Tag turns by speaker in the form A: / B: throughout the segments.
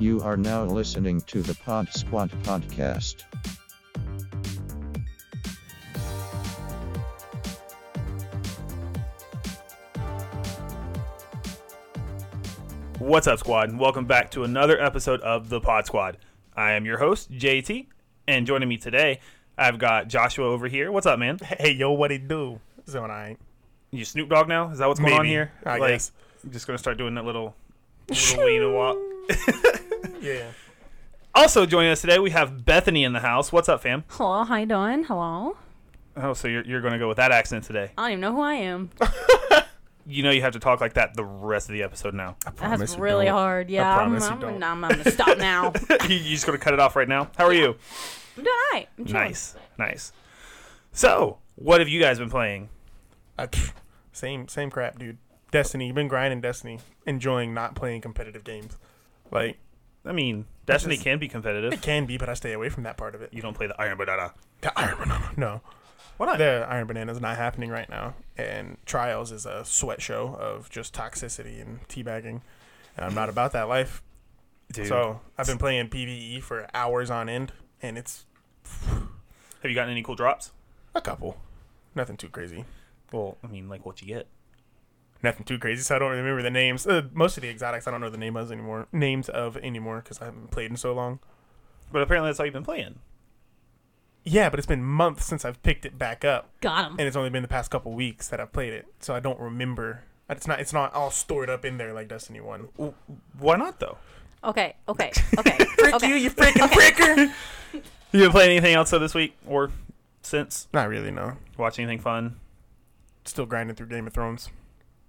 A: You are now listening to the Pod Squad podcast.
B: What's up, squad? and Welcome back to another episode of the Pod Squad. I am your host, JT, and joining me today, I've got Joshua over here. What's up, man?
C: Hey yo, what it do? So I ain't.
B: You Snoop Dogg now? Is that what's going on
C: Maybe.
B: here?
C: I
B: like,
C: guess.
B: I'm just gonna start doing that little little lean and walk.
C: Yeah.
B: Also joining us today, we have Bethany in the house. What's up, fam?
D: Hello, how you doing? Hello.
B: Oh, so you're you're gonna go with that accent today?
D: I don't even know who I am.
B: You know you have to talk like that the rest of the episode now.
C: promise
D: That's
C: you
D: really
C: don't.
D: hard.
C: I
D: Yeah, I'm,
C: promise you
D: I'm,
C: don't.
D: nah, I'm, gonna stop now. I'm
B: you you just gonna cut it off right now? How are you?
D: doing all right. I'm chilling.
B: Nice, nice. So, what have you guys been playing?
C: I, pff, same same crap, dude. Destiny, you've been grinding Destiny, enjoying not playing competitive games. Like
B: I mean, Destiny
C: is-
B: can be competitive.
C: it can be, but I stay away from that part of it.
B: You don't play the Iron Banana.
C: The Iron Banana, no,
B: Why not?
C: the Iron Banana is not happening right now. And Trials is a sweat show of just toxicity and teabagging, and I'm not about that life.
B: Dude.
C: So I've been playing PVE for hours on end, and it's
B: have you gotten any cool drops?
C: a couple, nothing too crazy.
B: Well, I mean, like what you get.
C: nothing too crazy, so I don't remember the names. Uh, most of the exotics, I don't know the name of anymore. Names of anymore because I haven't played in so long.
B: But apparently, that's all you've been playing.
C: Yeah, but it's been months since I've picked it back up,
D: Got him.
C: and it's only been the past couple weeks that I've played it, so I don't remember. It's not. It's not all stored up in there like Destiny One.
B: Why not though?
D: Okay, okay, okay. okay.
C: you freaking fricker!
B: You been playing anything else though this week or since?
C: Not really. No.
B: Watch anything fun?
C: Still grinding through Game of Thrones.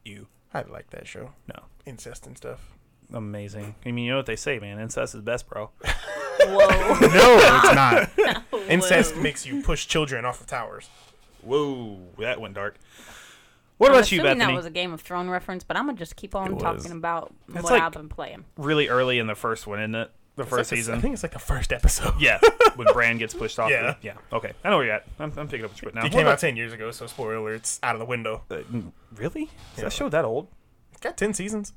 B: You
C: I like that show.
B: No.
C: Incest and stuff.
B: amazing. I mean, you know what they say, man. Incest is best, bro.
D: Whoa.
C: No, it's not. Incest
D: Whoa.
C: makes you push children off of towers.
B: Whoa, that went dark. What
D: I'm
B: about you,
D: assuming
B: Bethany?
D: that was a Game of Thrones reference, but I'm gonna just keep on
C: It
D: talking
C: was.
D: about
B: That's
D: what
B: like-
D: I've been playing.
B: really early in the first one, isn't it? The
C: It's
B: first
C: like the-
B: season.
C: I think it's like the first episode.
B: yeah, when Bran gets pushed off.
C: Yeah.
B: yeah. Okay, I know where you're at. I'm, I'm picking up what you're putting
C: It
B: down.
C: came out ten years ago, so spoiler alert's out of the window.
B: What about- uh, really? Is
C: Yeah.
B: that show that old?
C: It's got ten seasons.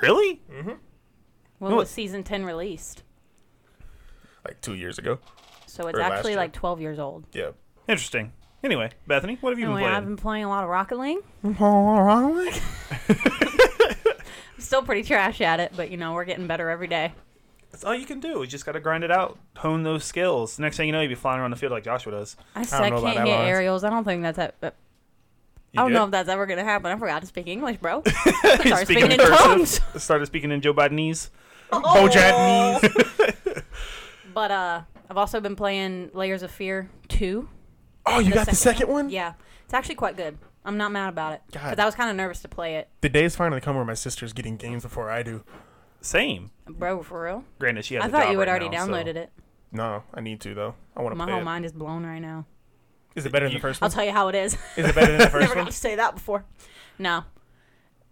B: Really?
D: When
B: No,
D: was
B: it-
D: season ten released?
C: like two years ago.
D: So it's
C: Or last
D: actually
C: year.
D: like 12 years old.
C: Yeah.
B: Interesting. Anyway, Bethany, what have you been
D: Anyway,
B: playing?
D: Oh, I've been playing a lot of Rocket League.
C: That's
D: I'm still pretty trash at it, but you know we're getting better every day.
B: That's all you can do. You just got to grind it out, hone those skills. Next thing you know, you'll be flying around the field like Joshua does.
D: I, said I
C: know
D: can't
C: about
D: get
C: that, Lawrence.
D: aerials. I don't think that's that. that- I don't know if that's ever gonna happen. I forgot to speak English, bro. Sorry, speaking in tongues.
B: started speaking in Joe Bidenese.
C: Oh, Japanese.
D: But uh, I've also been playing Layers of Fear 2.
C: Oh, you
D: The
C: got the second one?
D: Yeah, it's actually quite good. I'm not mad about it.
C: God.
D: Because I was kind of nervous to play it.
C: The day's finally come where my sister's getting games before I do.
B: Same.
D: Bro, for real?
B: Granted, she has
D: I
B: a
D: thought
B: job
D: you had
B: right
D: already
B: now, so-
D: downloaded it.
C: No, I need to though. I want to
D: My
C: play
D: whole
C: it.
D: mind is blown right now.
C: Is it better than the first
D: I'll
C: one?
D: tell you how it is.
C: Is it better than the
D: Never
C: first
D: got
C: one?
D: to say that before. No.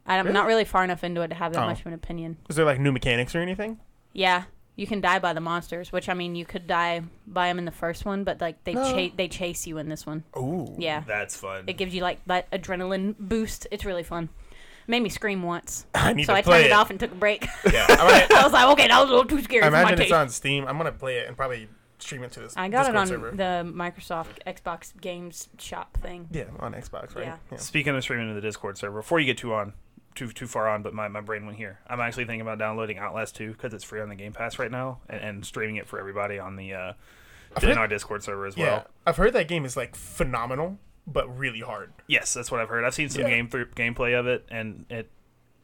D: I'm
C: Really?
D: not really far enough into it to have that
C: Oh.
D: much of an opinion.
C: Is there like new mechanics or anything?
D: Yeah, you can die by the monsters, which I mean, you could die by them in the first one, but like they
C: No.
D: cha- they chase you in this one.
C: Ooh.
D: Yeah,
B: That's fun.
D: it gives you like that adrenaline boost. It's really fun. Made me scream once,
C: I need
D: so
C: to
D: I
C: play
D: turned
C: it.
D: it off and took a break.
C: Yeah. I might-
D: I was like, okay, that was a little too scary
C: I
D: for my
C: imagine it's
D: taste.
C: on Steam. I'm gonna play it and probably stream it to this.
D: I got
C: Discord
D: it on
C: server.
D: the Microsoft Xbox Games Shop thing.
C: Yeah, on Xbox, right?
D: Yeah.
B: Speaking of streaming to the Discord server, before you get too on, too too far on, but my, my brain went here. I'm actually thinking about downloading Outlast 2 because it's free on the Game Pass right now and, and streaming it for everybody on the uh,
C: heard-
B: in our Discord server as
C: Yeah.
B: well.
C: I've heard that game is like phenomenal, but really hard.
B: Yes, that's what I've heard. I've seen some
C: Yeah.
B: game through gameplay of it, and it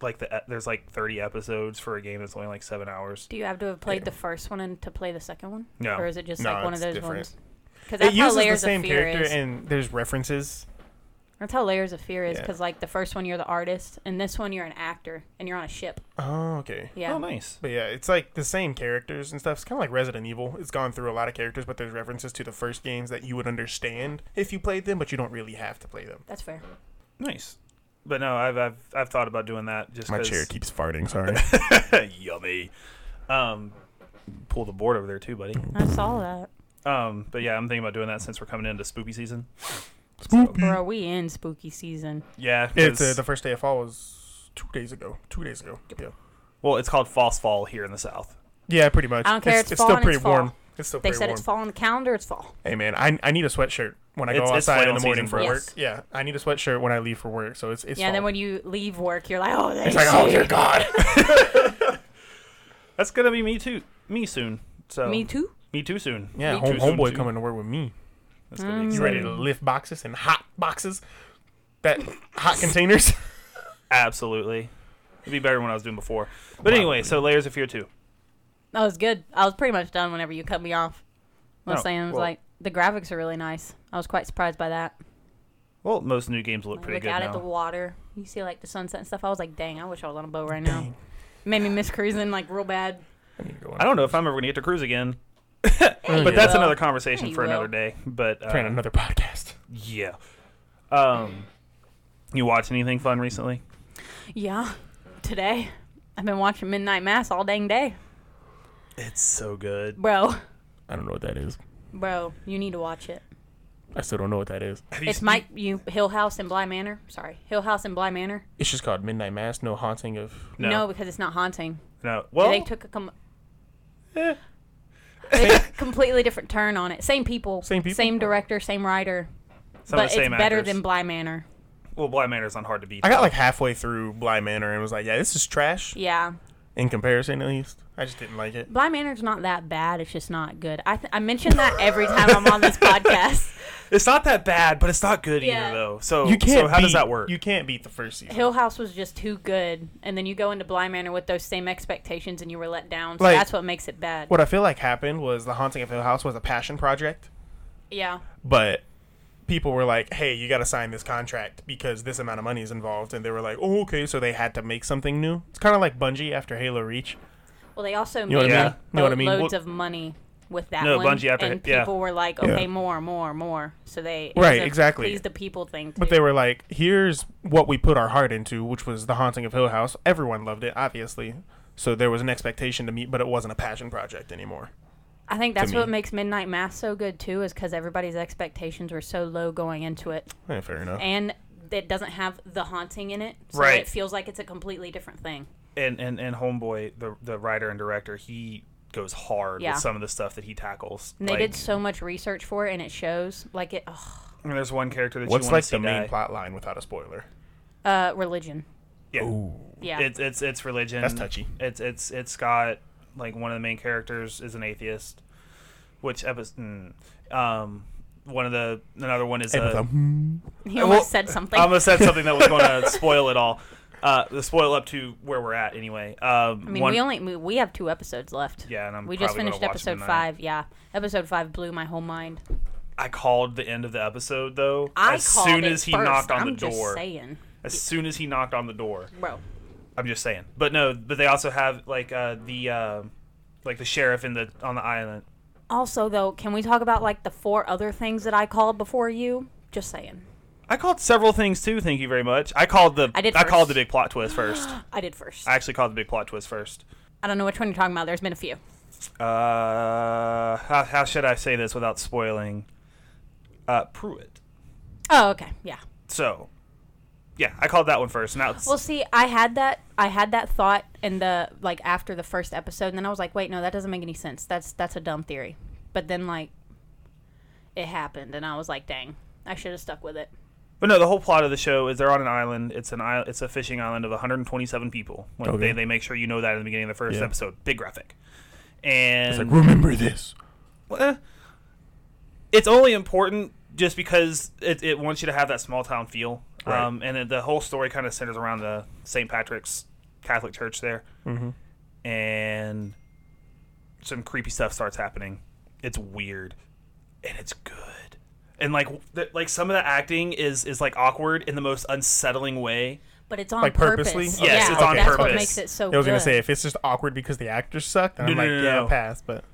B: like the e, there's like 30 episodes for a game that's only like seven hours.
D: Do you have to have played the first one and to play the second one?
B: No.
D: Or is it just
C: No,
D: like one of
C: it's
D: those
C: different.
D: ones? Because that's
C: it
D: how
C: uses the
D: layers
C: same
D: of fear
C: character
D: is.
C: and there's references.
D: that's how layers of fear is.
C: Yeah.
D: Because like the first one you're the artist, and this one you're an actor, and you're on a ship.
C: Oh, okay.
D: Yeah.
B: Oh, nice.
C: But yeah, it's like the same characters and stuff. It's kind of like Resident Evil. It's gone through a lot of characters, but there's references to the first games that you would understand if you played them, but you don't really have to play them.
D: That's fair.
B: Nice. But no, I've I've, I've thought about doing that just
C: My
B: 'cause-
C: chair keeps farting. Sorry.
B: yummy. Um, pull the board over there too, buddy.
D: I saw that.
B: Um, but yeah, I'm thinking about doing that since we're coming into spoopy season.
C: Hmm.
D: Bro, we in spooky season.
B: Yeah,
C: it's
B: 'cause-
C: uh, the first day of fall was two days ago. Two days ago. Yeah.
B: well, it's called False Fall here in the South.
C: Yeah, pretty much.
D: I don't care.
C: It's,
D: It's
C: it's
D: fall
C: still
D: and it's
C: pretty warm.
D: fall.
C: It's still
D: They
C: pretty
D: said
C: warm.
D: it's fall on the calendar. It's fall.
C: Hey man, I I need a sweatshirt when I go
B: It's- it's
C: outside in
B: flannel
C: the morning
B: season
C: for
B: for
C: work.
D: us.
C: Yeah, I need a sweatshirt when I leave for work. So it's it's
D: yeah, and then
C: fall.
D: when you leave work, you're like, oh,
C: it's like oh dear God.
B: That's gonna be me too. Me soon. So
D: me too.
B: Me too soon.
C: yeah,
B: Me
C: home,
B: too soon,
C: homeboy
B: too.
C: coming to work with me.
B: That's gonna be
D: Mm.
C: You ready to lift boxes and hot boxes? That hot containers.
B: Absolutely. It'd be better than what I was doing before. But anyway, so layers of fear two.
D: That was good. I was pretty much done whenever you cut me off. I was
B: Oh,
D: saying, I was
B: well-
D: like, the graphics are really nice. I was quite surprised by that.
B: Well, most new games look
D: Like,
B: pretty
D: look
B: good
D: out
B: now.
D: at the water. You see like the sunset and stuff. I was like, dang, I wish I was on a boat right now. Made me miss cruising like real bad.
B: I don't know if I'm ever gonna get to cruise again, but
D: you
B: that's
D: will.
B: another conversation
D: Yeah, you
B: for another
D: will.
B: day. But uh,
C: Plan another podcast.
B: yeah. Um, you watch anything fun recently?
D: Yeah. Today, I've been watching Midnight Mass all dang day,
B: It's so good.
D: bro.
C: I don't know what that is.
D: Bro, you need to watch it.
C: I still don't know what that is.
D: It's Mike you Hill House and Bly Manor. Sorry, Hill House and Bly Manor.
C: It's just called Midnight Mass. No haunting of.
B: No,
D: No,
B: no.
D: because it's not haunting.
B: Well,
D: they took a com-
C: eh.
D: they took a completely different turn on it. Same people,
C: Same people?
D: same director, same writer,
B: some
D: but
B: of the
D: it's
B: same
D: better
B: actors.
D: than Bly Manor.
B: Well, Blind Manor's not hard to beat.
C: I got
B: though.
C: like halfway through Bly Manor and was like, yeah, this is trash
D: Yeah,
C: in comparison, at least. I just didn't like it.
D: Bly Manor's not that bad. It's just not good. I th- I mention that every time I'm on this podcast.
B: it's not that bad, but it's not good
D: Yeah.
B: either though. So
C: You can't.
B: So how does
C: beat-
B: that work?
C: You can't beat the first season.
D: Hill House was just too good, and then you go into Bly Manor with those same expectations, and you were let down. So
C: Like-
D: that's what makes it bad.
C: What I feel like happened was the haunting of Hill House was a passion project,
D: Yeah,
C: but people were like, "Hey, you got to sign this contract because this amount of money is involved," and they were like, "Oh, okay." So they had to make something new. It's kind of like Bungie after Halo Reach.
D: Well, they also
C: know what
D: made
B: I mean?
D: like,
C: You know what I mean?
D: loads
C: Well-
D: of money with that
B: No,
D: one,
B: Bungie after-
D: and
B: yeah.
D: people were like,
C: Yeah.
D: okay, more, more, more. So they it
C: Right,
D: was a
C: exactly.
D: please the people thing.
C: But
D: too.
C: they were like, "Here's what we put our heart into," which was the haunting of Hill House. Everyone loved it, obviously. So there was an expectation to meet, but it wasn't a passion project anymore.
D: I think that's
C: me.
D: what makes Midnight Mass so good too, is because everybody's expectations were so low going into it,
C: Yeah, Eh, fair enough.
D: and it doesn't have the haunting in it, so
B: Right.
D: it feels like it's a completely different thing.
B: and and and homeboy the the writer and director he goes hard
D: Yeah.
B: with some of the stuff that he tackles
D: And they
B: like,
D: did so much research for it, and it shows. Like it, ugh.
B: I mean, there's one character that you
C: What's
B: want
C: like
B: to see
C: the main
B: die.
C: plot line without a spoiler?
D: uh, religion.
B: yeah
D: Yeah,
B: it's it's it's religion
C: That's touchy.
B: Mm. it's it's it's got like one of the main characters is an atheist which episode um one of the another one is
C: Hey, with
B: a,
C: a-
D: he almost
B: uh, well,
D: said something.
B: I almost said something that was going to spoil it all uh the spoil up to where we're at anyway um
D: I mean,
B: one,
D: we only we, we have two episodes left.
B: Yeah, and I'm
D: we just
B: probably gonna
D: finished
B: watch
D: episode
B: tonight.
D: five. Yeah, episode five blew my whole mind.
B: I called the end of the episode though
D: I
B: as
D: called
B: soon
D: it
B: as he
D: first.
B: knocked on
D: I'm
B: the door
D: just saying,
B: as soon as he knocked on the door
D: bro.
B: I'm just saying. But no, but they also have like uh, the uh, like the sheriff in the on the island.
D: Also, though, can we talk about like the four other things that I called before you? Just saying,
B: I called several things too. Thank you very much. I called the I,
D: I did
B: called
D: first.
B: the big plot twist first. I
D: I did first. I,
B: actually called the big plot twist first.
D: don't know which one you're talking about. There's been a few.
B: Uh, how, how should I say this without spoiling? Uh, Pruitt.
D: Oh, okay, yeah.
B: So, yeah, I called that one first. Now, it's,
D: Well, see, I had that. I had that thought in the like after the first episode, and then I was like, wait, no, that doesn't make any sense. That's that's a dumb theory. But then like, it happened, and I was like, dang, I should have stuck with it.
B: but no, the whole plot of the show is they're on an island. It's an island. It's a fishing island of 127 people. When
C: Okay.
B: they, they make sure you know that in the beginning of the first
C: Yeah.
B: episode. Big graphic. And
C: It's like remember this.
B: eh, it's only important just because it, it wants you to have that small town feel.
C: Right.
B: Um, and it, the whole story kind of centers around the St. Patrick's Catholic Church there. Mm-hmm. And some creepy stuff starts happening. It's weird and it's good. And like w- th- like some of the acting is is like awkward in the most unsettling way.
D: But it's on
C: Like, purposely?
D: purpose.
B: Yes,
D: yeah,
B: it's on
D: that's
B: purpose.
D: what makes it so.
C: I was gonna
D: good.
C: say if it's just awkward because the actors suck, then
B: No,
C: I'm
B: no,
C: like,
B: no, no,
C: yeah,
B: no.
C: pass. But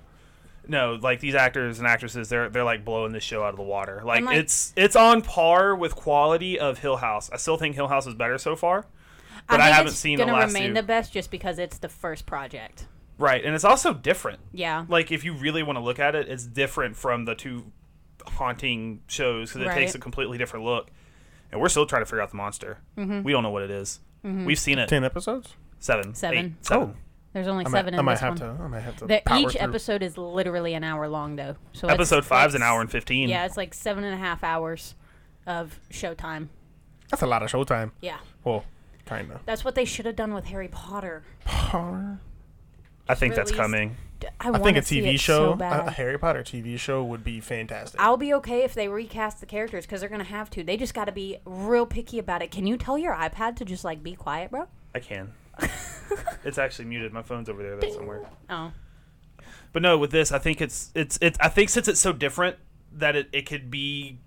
B: No, like these actors and actresses, they're they're like blowing this show out of the water. Like,
D: And, like-
B: it's it's on par with quality of Hill House. I still think Hill House is better so far, but I,
D: think
B: haven't
D: it's
B: seen the
D: gonna
B: last
D: remain
B: two.
D: the best just because it's the first project.
B: right, and it's also different.
D: Yeah.
B: Like if you really want to look at it, it's different from the two haunting shows because it takes
D: Right.
B: a completely different look. And we're still trying to
D: Mm-hmm.
B: figure out the monster. We don't know what it is. We've seen it
C: ten episodes.
B: seven,
D: Seven.
B: eight, seven.
D: There's only
C: I might,
D: seven
C: I
D: in
C: might
D: this
C: have
D: one.
C: to. I might have to.
D: The-
C: power
D: each
C: through.
D: episode is literally an hour long, though. So it's-
B: Episode five's an
D: it's-
B: hour and fifteen.
D: Yeah, it's like seven and a half hours of showtime.
C: That's a lot of showtime.
D: Yeah,
C: Well, kind of.
D: that's what they should have done with Harry Potter.
B: I think that's
D: released-
B: coming.
D: D-
C: I
D: wanna
C: think a
D: see
C: TV
D: it
C: show,
D: So
C: a,
D: bad.
C: a Harry Potter TV show, would be fantastic.
D: I'll be okay if they recast the characters because they're gonna have to. They just got to be real picky about it. Can you tell your iPad to just like be quiet, bro?
B: I can. it's actually muted. My phone's over there though somewhere.
D: Oh,
B: But no, with this, I think it's it's it's. I think since it's so different that it, it could be.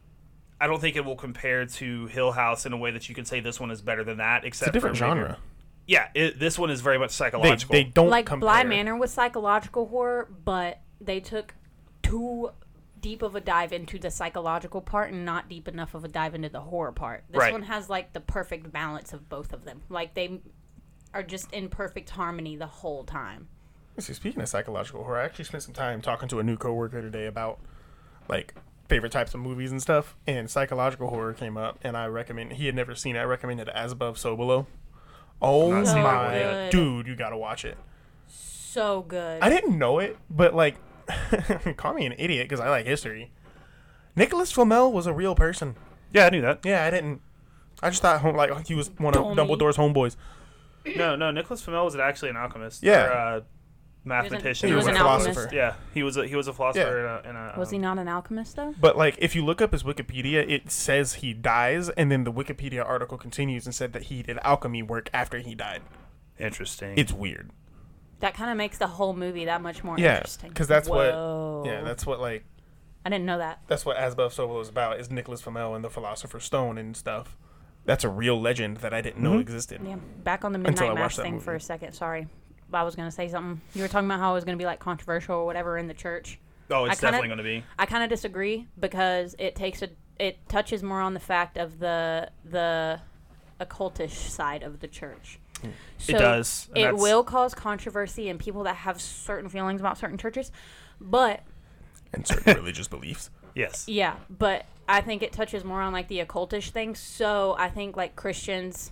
B: I don't think it will compare to Hill House in a way that you can say this one is better than that. Except
C: it's a different
B: for maybe-
C: genre.
B: Yeah, it, this one is very much
C: They,
B: psychological.
C: they don't
D: like
C: compare.
D: Bly Manor was psychological horror, but they took too deep of a dive into the psychological part and not deep enough of a dive into the horror part. This
B: Right.
D: one has like the perfect balance of both of them. Like they are just in perfect harmony the whole time.
C: See, speaking of psychological horror, I actually spent some time talking to a new coworker today about like favorite types of movies and stuff, and psychological horror came up, and I recommend he had never seen. it. I recommended As Above, So Below. Oh
B: Not seen that
C: my
B: one
D: yet.
C: dude, you gotta watch it.
D: So good.
C: I didn't know it, but like, call me an idiot because I like history. Nicholas Flamel was a real person.
B: yeah, I knew that.
C: Yeah, I didn't. I just thought home, like he was one of
D: Dummy.
C: Dumbledore's homeboys.
B: No, no, Nicholas Flamel was actually an alchemist.
C: Yeah.
B: or, uh, mathematician.
D: He
B: or
D: was an
B: whatever.
D: alchemist.
B: Yeah, he was a he was a philosopher and a, and a
D: was he not an alchemist though?
C: But like, if you look up his Wikipedia, it says he dies, and then the Wikipedia article continues and said that he did alchemy work after he died.
B: interesting.
C: It's weird.
D: That kind of makes the whole movie that much more
C: Yeah,
D: interesting.
C: because that's
D: Whoa.
C: what. Yeah, that's what like
D: I didn't know that.
C: that's what As Above So Below is about is Nicholas Flamel and the Philosopher's Stone and stuff. That's a real legend that I didn't know existed.
D: Mm-hmm. Yeah, back on the
C: Until I
D: Midnight Mass
C: watched that
D: thing for
C: movie.
D: a second. Sorry, I was gonna say something. You were talking about how it was gonna be like controversial or whatever in the church.
B: oh,
D: I
B: it's
D: kinda-
B: definitely going to be.
D: I kind of disagree because it takes a it touches more on the fact of the the occultish side of the church. So
B: Hmm. does, and
D: It
B: that's-
D: will cause controversy and people that have certain feelings about certain churches, but
C: And certain religious beliefs.
B: Yes.
D: yeah, but I think it touches more on like the occultish thing. So I think like Christians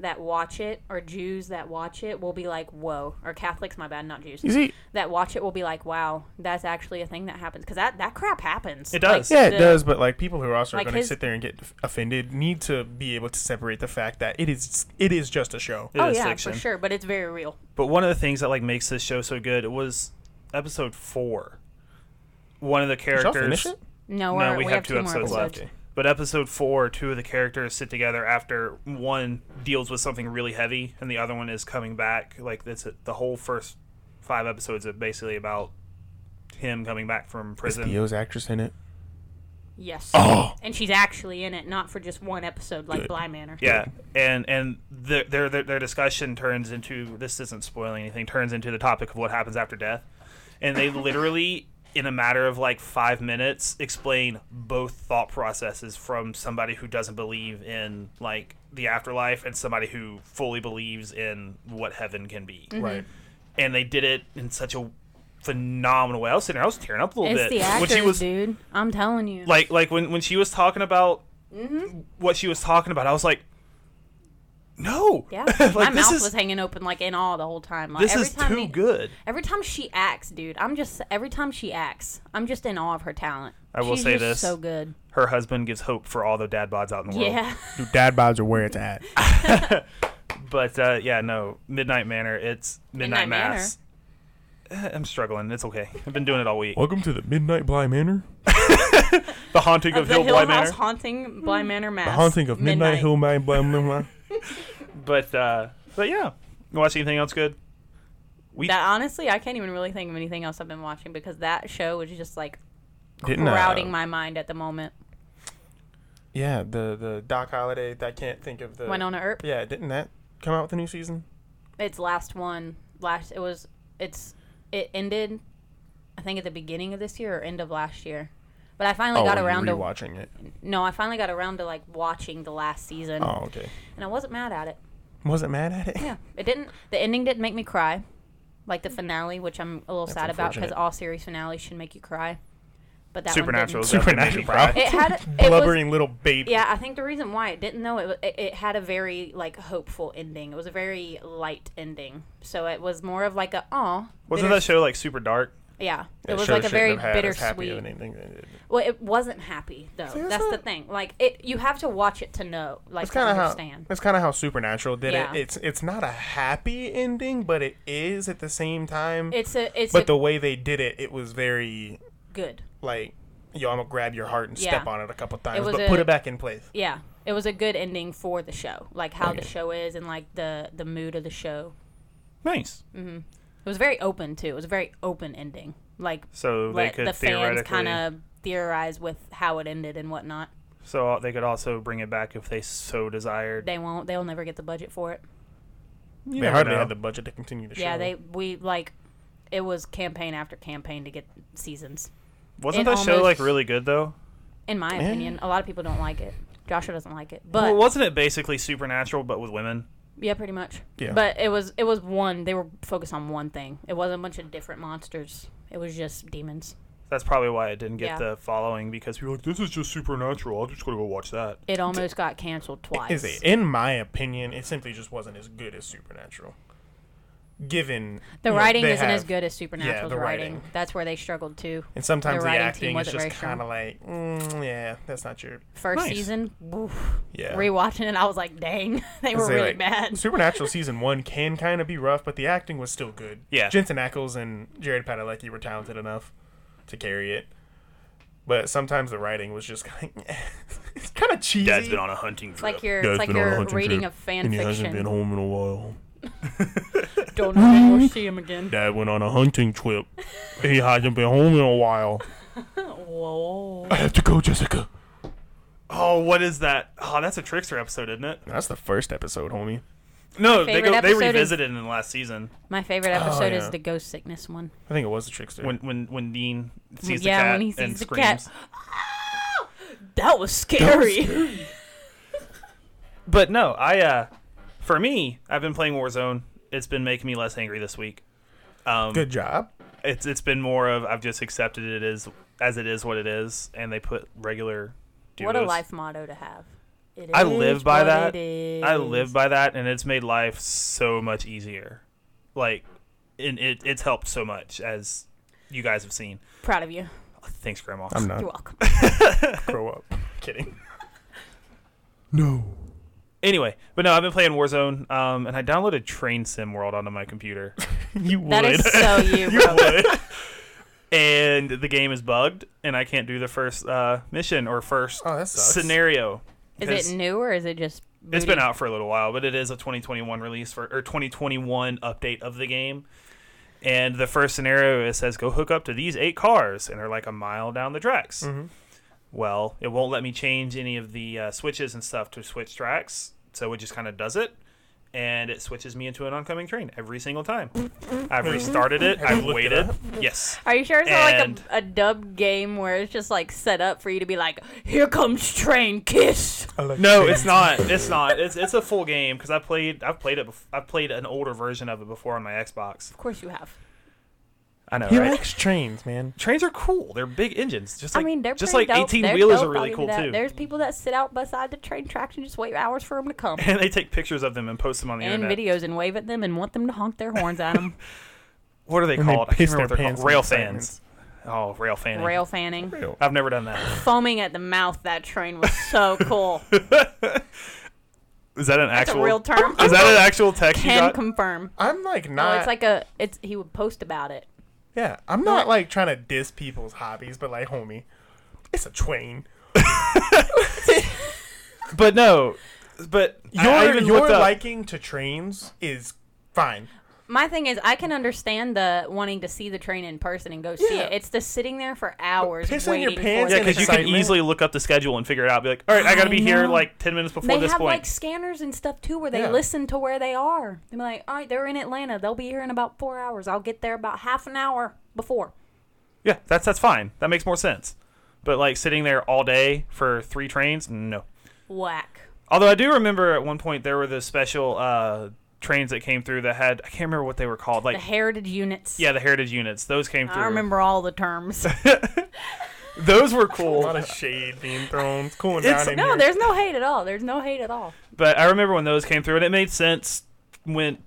D: that watch it or Jews that watch it will be like, whoa, or Catholics, my bad, not Jews.
C: You see,
D: That watch it will be like, wow, that's actually a thing that happens because that that crap happens.
B: It does.
C: Yeah, it
D: the-
C: does, but like people who are also
D: Like
C: going to
D: his-
C: sit there and get offended need to be able to separate the fact that it is it is just a show.
B: It
D: Oh
B: is
D: yeah,
B: fiction.
D: for sure, but it's very real.
B: But one of the things that like makes this show so good was episode four. One of the
C: Did y'all
B: characters.
C: finish it?
D: No,
B: No,
D: we're,
B: we, have, two, episodes,
D: more episodes.
B: left. But episode four, two of the characters sit together after one deals with something really heavy, and the other one is coming back. Like that's it. the whole first five episodes are basically about him coming back from prison.
C: Theo's actress in it.
D: Yes,
C: Oh,
D: and she's actually in it, not for just one episode like Bly Manor.
B: Yeah, and and the, their, their their discussion turns into this isn't spoiling anything. Turns into the topic of what happens after death, and they literally in a matter of like five minutes explain both thought processes from somebody who doesn't believe in like the afterlife and somebody who fully believes in what heaven can be.
D: Mm-hmm.
C: right.
B: And they did it in such a phenomenal way. I was sitting there, I was tearing up a little
D: It's
B: bit
D: the
B: when she
D: actors,
B: was
D: dude. I'm telling you.
B: like like when when she was talking about
D: Mm-hmm.
B: what she was talking about, I was like, no,
D: yeah,
B: like
D: my
B: this
D: mouth
B: is
D: was hanging open like in awe the whole time. Like,
B: this
D: every
B: is
D: time
B: too
D: they-
B: good.
D: Every time she acts, dude, I'm just every time she acts, I'm just in awe of her talent.
B: I will
D: She's
B: say
D: just
B: this.
D: so good.
B: Her husband gives hope for all the dad bods out in the world.
D: Yeah,
C: Dude, dad bods are where it's at.
B: But uh, yeah, no, Midnight Manor. It's Midnight,
D: Midnight Manor.
B: Mass. Eh, I'm struggling. It's okay. I've been doing it all week.
C: Welcome to the Midnight Bly Manor,
B: The haunting of,
D: the
B: Hill
D: Hill
B: Boy
D: House
B: Manor.
D: haunting Bly Manor Mass.
C: the haunting of Midnight, Hill Manor. Bly Bly Bly.
B: But uh, but yeah, you watch anything else good? We
D: That honestly, I can't even really think of anything else I've been watching because that show was just like
C: Didn't uh,
D: crowding my mind at the moment.
C: Yeah, the the Doc Holiday. I can't think of the.
D: Winona Earp.
C: Yeah, didn't that come out with a new season?
D: its last one last it was it's it ended i think at the beginning of this year or end of last year but i finally got
C: were Oh, you
D: around to
C: rewatching it.
D: no i finally got around to like watching the last season
C: Oh, okay.
D: and i wasn't mad at it
C: Wasn't mad at it.
D: yeah it didn't the ending didn't make me cry like the finale which i'm a little sad about because
C: unfortunate.
D: all series finales should make you cry but that
B: Supernatural.
D: One
B: is
D: didn't.
B: definitely Natural
C: Supernatural.
B: Pride.
D: It had it was-
C: blubbering little baby.
D: Yeah, I think the reason why it didn't though it, wa- it it had a very like hopeful ending. It was a very light ending, so it was more of like a oh.
B: Wasn't that show like super dark?
D: Yeah,
C: That
D: it was
C: show
D: like a
C: shouldn't
D: very
C: have had as happy of
D: bittersweet.
C: an ending.
D: Well, it wasn't happy though.
C: that's
D: that's the
C: not-
D: thing. Like it, you have to watch it to know, like
C: That's
D: to
C: kind of how
D: understand.
C: that's kind of how Supernatural did
D: Yeah.
C: it. It's it's not a happy ending, but it is at the same time.
D: It's a, it's
C: but
D: a
C: the way they did it, it was very
D: good.
C: like, yo, I'm gonna grab your heart and step
D: Yeah.
C: on it a couple times,
D: was
C: but
D: a-
C: put it back in place.
D: Yeah, it was a good ending for the show, like how the
C: Okay.
D: show is and like the the mood of the show.
B: Nice.
D: It was very open too. It was a very open ending. Like
B: So they
D: let
B: could
D: the fans
B: theoretically.
D: kind of theorize with how it ended and whatnot.
B: So uh, they could also bring it back if they so desired.
D: They won't. They'll never get the budget for it.
B: You
C: They
B: never
C: hardly
B: know.
C: had the budget to continue the show.
D: Yeah, they we like. It was campaign after campaign to get seasons.
B: Wasn't
D: it
B: that show like
D: almost-
B: really good though?
D: In my opinion, a lot of people don't like it. Joshua doesn't like it, but
B: Well, wasn't it basically supernatural but with women?
D: yeah, pretty much.
C: Yeah.
D: But it was it was one. They were focused on one thing. It wasn't a bunch of different monsters. It was just demons.
B: That's probably why it didn't get
D: Yeah.
B: the following because people were like, "This is just supernatural. I'm just gonna go watch that."
D: It almost got canceled twice.
C: Is it? In my opinion, it simply just wasn't as good as Supernatural. Given
D: The
C: you know,
D: writing
C: they
D: isn't as
C: have-
D: good as Supernatural's
C: the
D: writing.
C: writing.
D: That's where they struggled too.
C: and sometimes
D: the
C: the,
D: writing team
C: acting is
D: wasn't
C: just
D: very strong.
C: kind of like, mm, yeah, that's not your
D: First
B: Nice.
D: season, woof,
C: yeah.
D: rewatching it, I was like, dang, they were
C: Say,
D: really
C: like,
D: bad.
C: Supernatural season one can kind of be rough, but the acting was still good.
B: Yeah.
C: Jensen Ackles and Jared Padalecki were talented enough to carry it, but sometimes the writing was just kind of, it's kind of cheesy.
B: a hunting trip.
D: Like you're, it's like you're reading a fan fiction.
C: home in a while.
D: Don't know if we'll see him again.
C: Dad went on a hunting trip. he hasn't been home in a while.
D: Whoa.
C: I have to go, Jessica.
B: oh, what is that? Oh, that's a trickster episode, isn't it?
C: That's the first episode, homie.
B: No, they
D: favorite
B: go, they
D: episode is-
B: revisited it in the last season
D: My favorite episode
C: Oh, yeah.
D: is the ghost sickness one.
C: I think it was the trickster.
B: when when when Dean sees
D: yeah,
B: the cat
D: when he sees
B: and
D: the
B: screams.
D: cat. That was scary.
B: But no, I uh, for me, I've been playing Warzone. It's been making me less angry this week. Um,
C: good job.
B: it's it's been more of I've just accepted it as as it is what it is, and they put regular. Duos.
D: what a life motto to have. It
B: I
D: is
B: live by
D: what
B: that.
D: it is.
B: I live by that, and it's made life so much easier. Like, and it it's helped so much as you guys have seen.
D: Proud of you.
B: Thanks, Grandma.
C: I'm not
D: You're welcome.
C: grow up. Kidding.
B: Anyway, but no, I've been playing Warzone, um, and I downloaded Train Sim World onto my computer,
C: You would.
D: That is so you, bro.
B: and the game is bugged, and I can't do the first uh, mission or first
C: Oh, that sucks.
B: scenario.
D: Is
B: because
D: it new or is it just?
B: It's
D: booty?
B: been out for a little while, but it is a 2021 release for or 2021 update of the game. And the first scenario it says go hook up to these eight cars, and they're like a mile down the tracks.
C: Mm-hmm.
B: Well, it won't let me change any of the uh, switches and stuff to switch tracks, so it just kind of does it, and it switches me into an oncoming train every single time. I've restarted it.
C: Mm-hmm. you
B: I've
C: looked it
B: waited.
C: up?
B: yes.
D: Are you sure it's
B: And-
D: not like a, a dub game where it's just like set up for you to be like, here comes train kiss?
B: No, it's not. It's not. It's it's a full game because I played. I've played it. Bef- I've played an older version of it before on my Xbox.
D: Of course you have.
B: I know,
C: He
B: right?
C: likes trains, man.
B: trains are cool. They're big engines. Just like
D: I mean, they're
B: just like
D: pretty dope.
B: 18
D: They're
B: wheelers
D: dope,
B: are
D: I'll
B: really
D: give
B: cool
D: you that.
B: too.
D: There's people that sit out beside the train tracks and just wait hours for them to come,
B: and they take pictures of them and post them on the
D: and
B: internet.
D: videos and wave at them and want them to honk their horns at them.
B: What are they
C: And they
B: called? I can't
C: piss
B: remember
C: their
B: what they're
C: pants
B: called.
C: in
B: Rail
C: excitement.
B: fans. Oh, rail fanning.
D: Rail fanning,
B: I've never done that.
D: foaming at the mouth. That train was so cool.
B: Is that an
D: That's
B: actual?
D: a real term.
B: Is that an actual text you
D: Can
B: got?
D: confirm.
C: I'm like
D: No,
C: not.
D: it's like a. It's he would post about it.
C: yeah. I'm not like trying to diss people's hobbies, but like, homie, it's a train.
B: but no. But I-
C: Your
B: I even
C: your
B: looked up-
C: liking to trains is fine.
D: My thing is, I can understand the wanting to see the train in person and go see
C: Yeah.
D: it. It's the sitting there for hours
C: pissing
D: waiting
C: your pants
B: Yeah,
D: for
C: in
D: it.
B: because you can
C: excitement.
B: easily look up the schedule and figure it out. Be like, all right, I gotta
D: I
B: be here
D: know.
B: like ten minutes before
D: They
B: this
D: have
B: point.
D: like scanners and stuff too, where they
C: Yeah.
D: listen to where they are. They're like, all right, they're in Atlanta. They'll be here in about four hours. I'll get there about half an hour before.
B: yeah, that's that's fine. That makes more sense. But like sitting there all day for three trains, no.
D: Whack.
B: Although I do remember at one point there were the special uh, trains that came through that had I can't remember what they were called.
D: The
B: Like
D: heritage units.
B: yeah, the heritage units. Those came through.
D: I remember all the terms.
B: Those were cool.
C: A lot of shade being thrown. It's cooling
B: It's-
C: down in
D: No,
C: here.
D: there's no hate at all. There's no hate at all.
B: But I remember when those came through, and it made sense when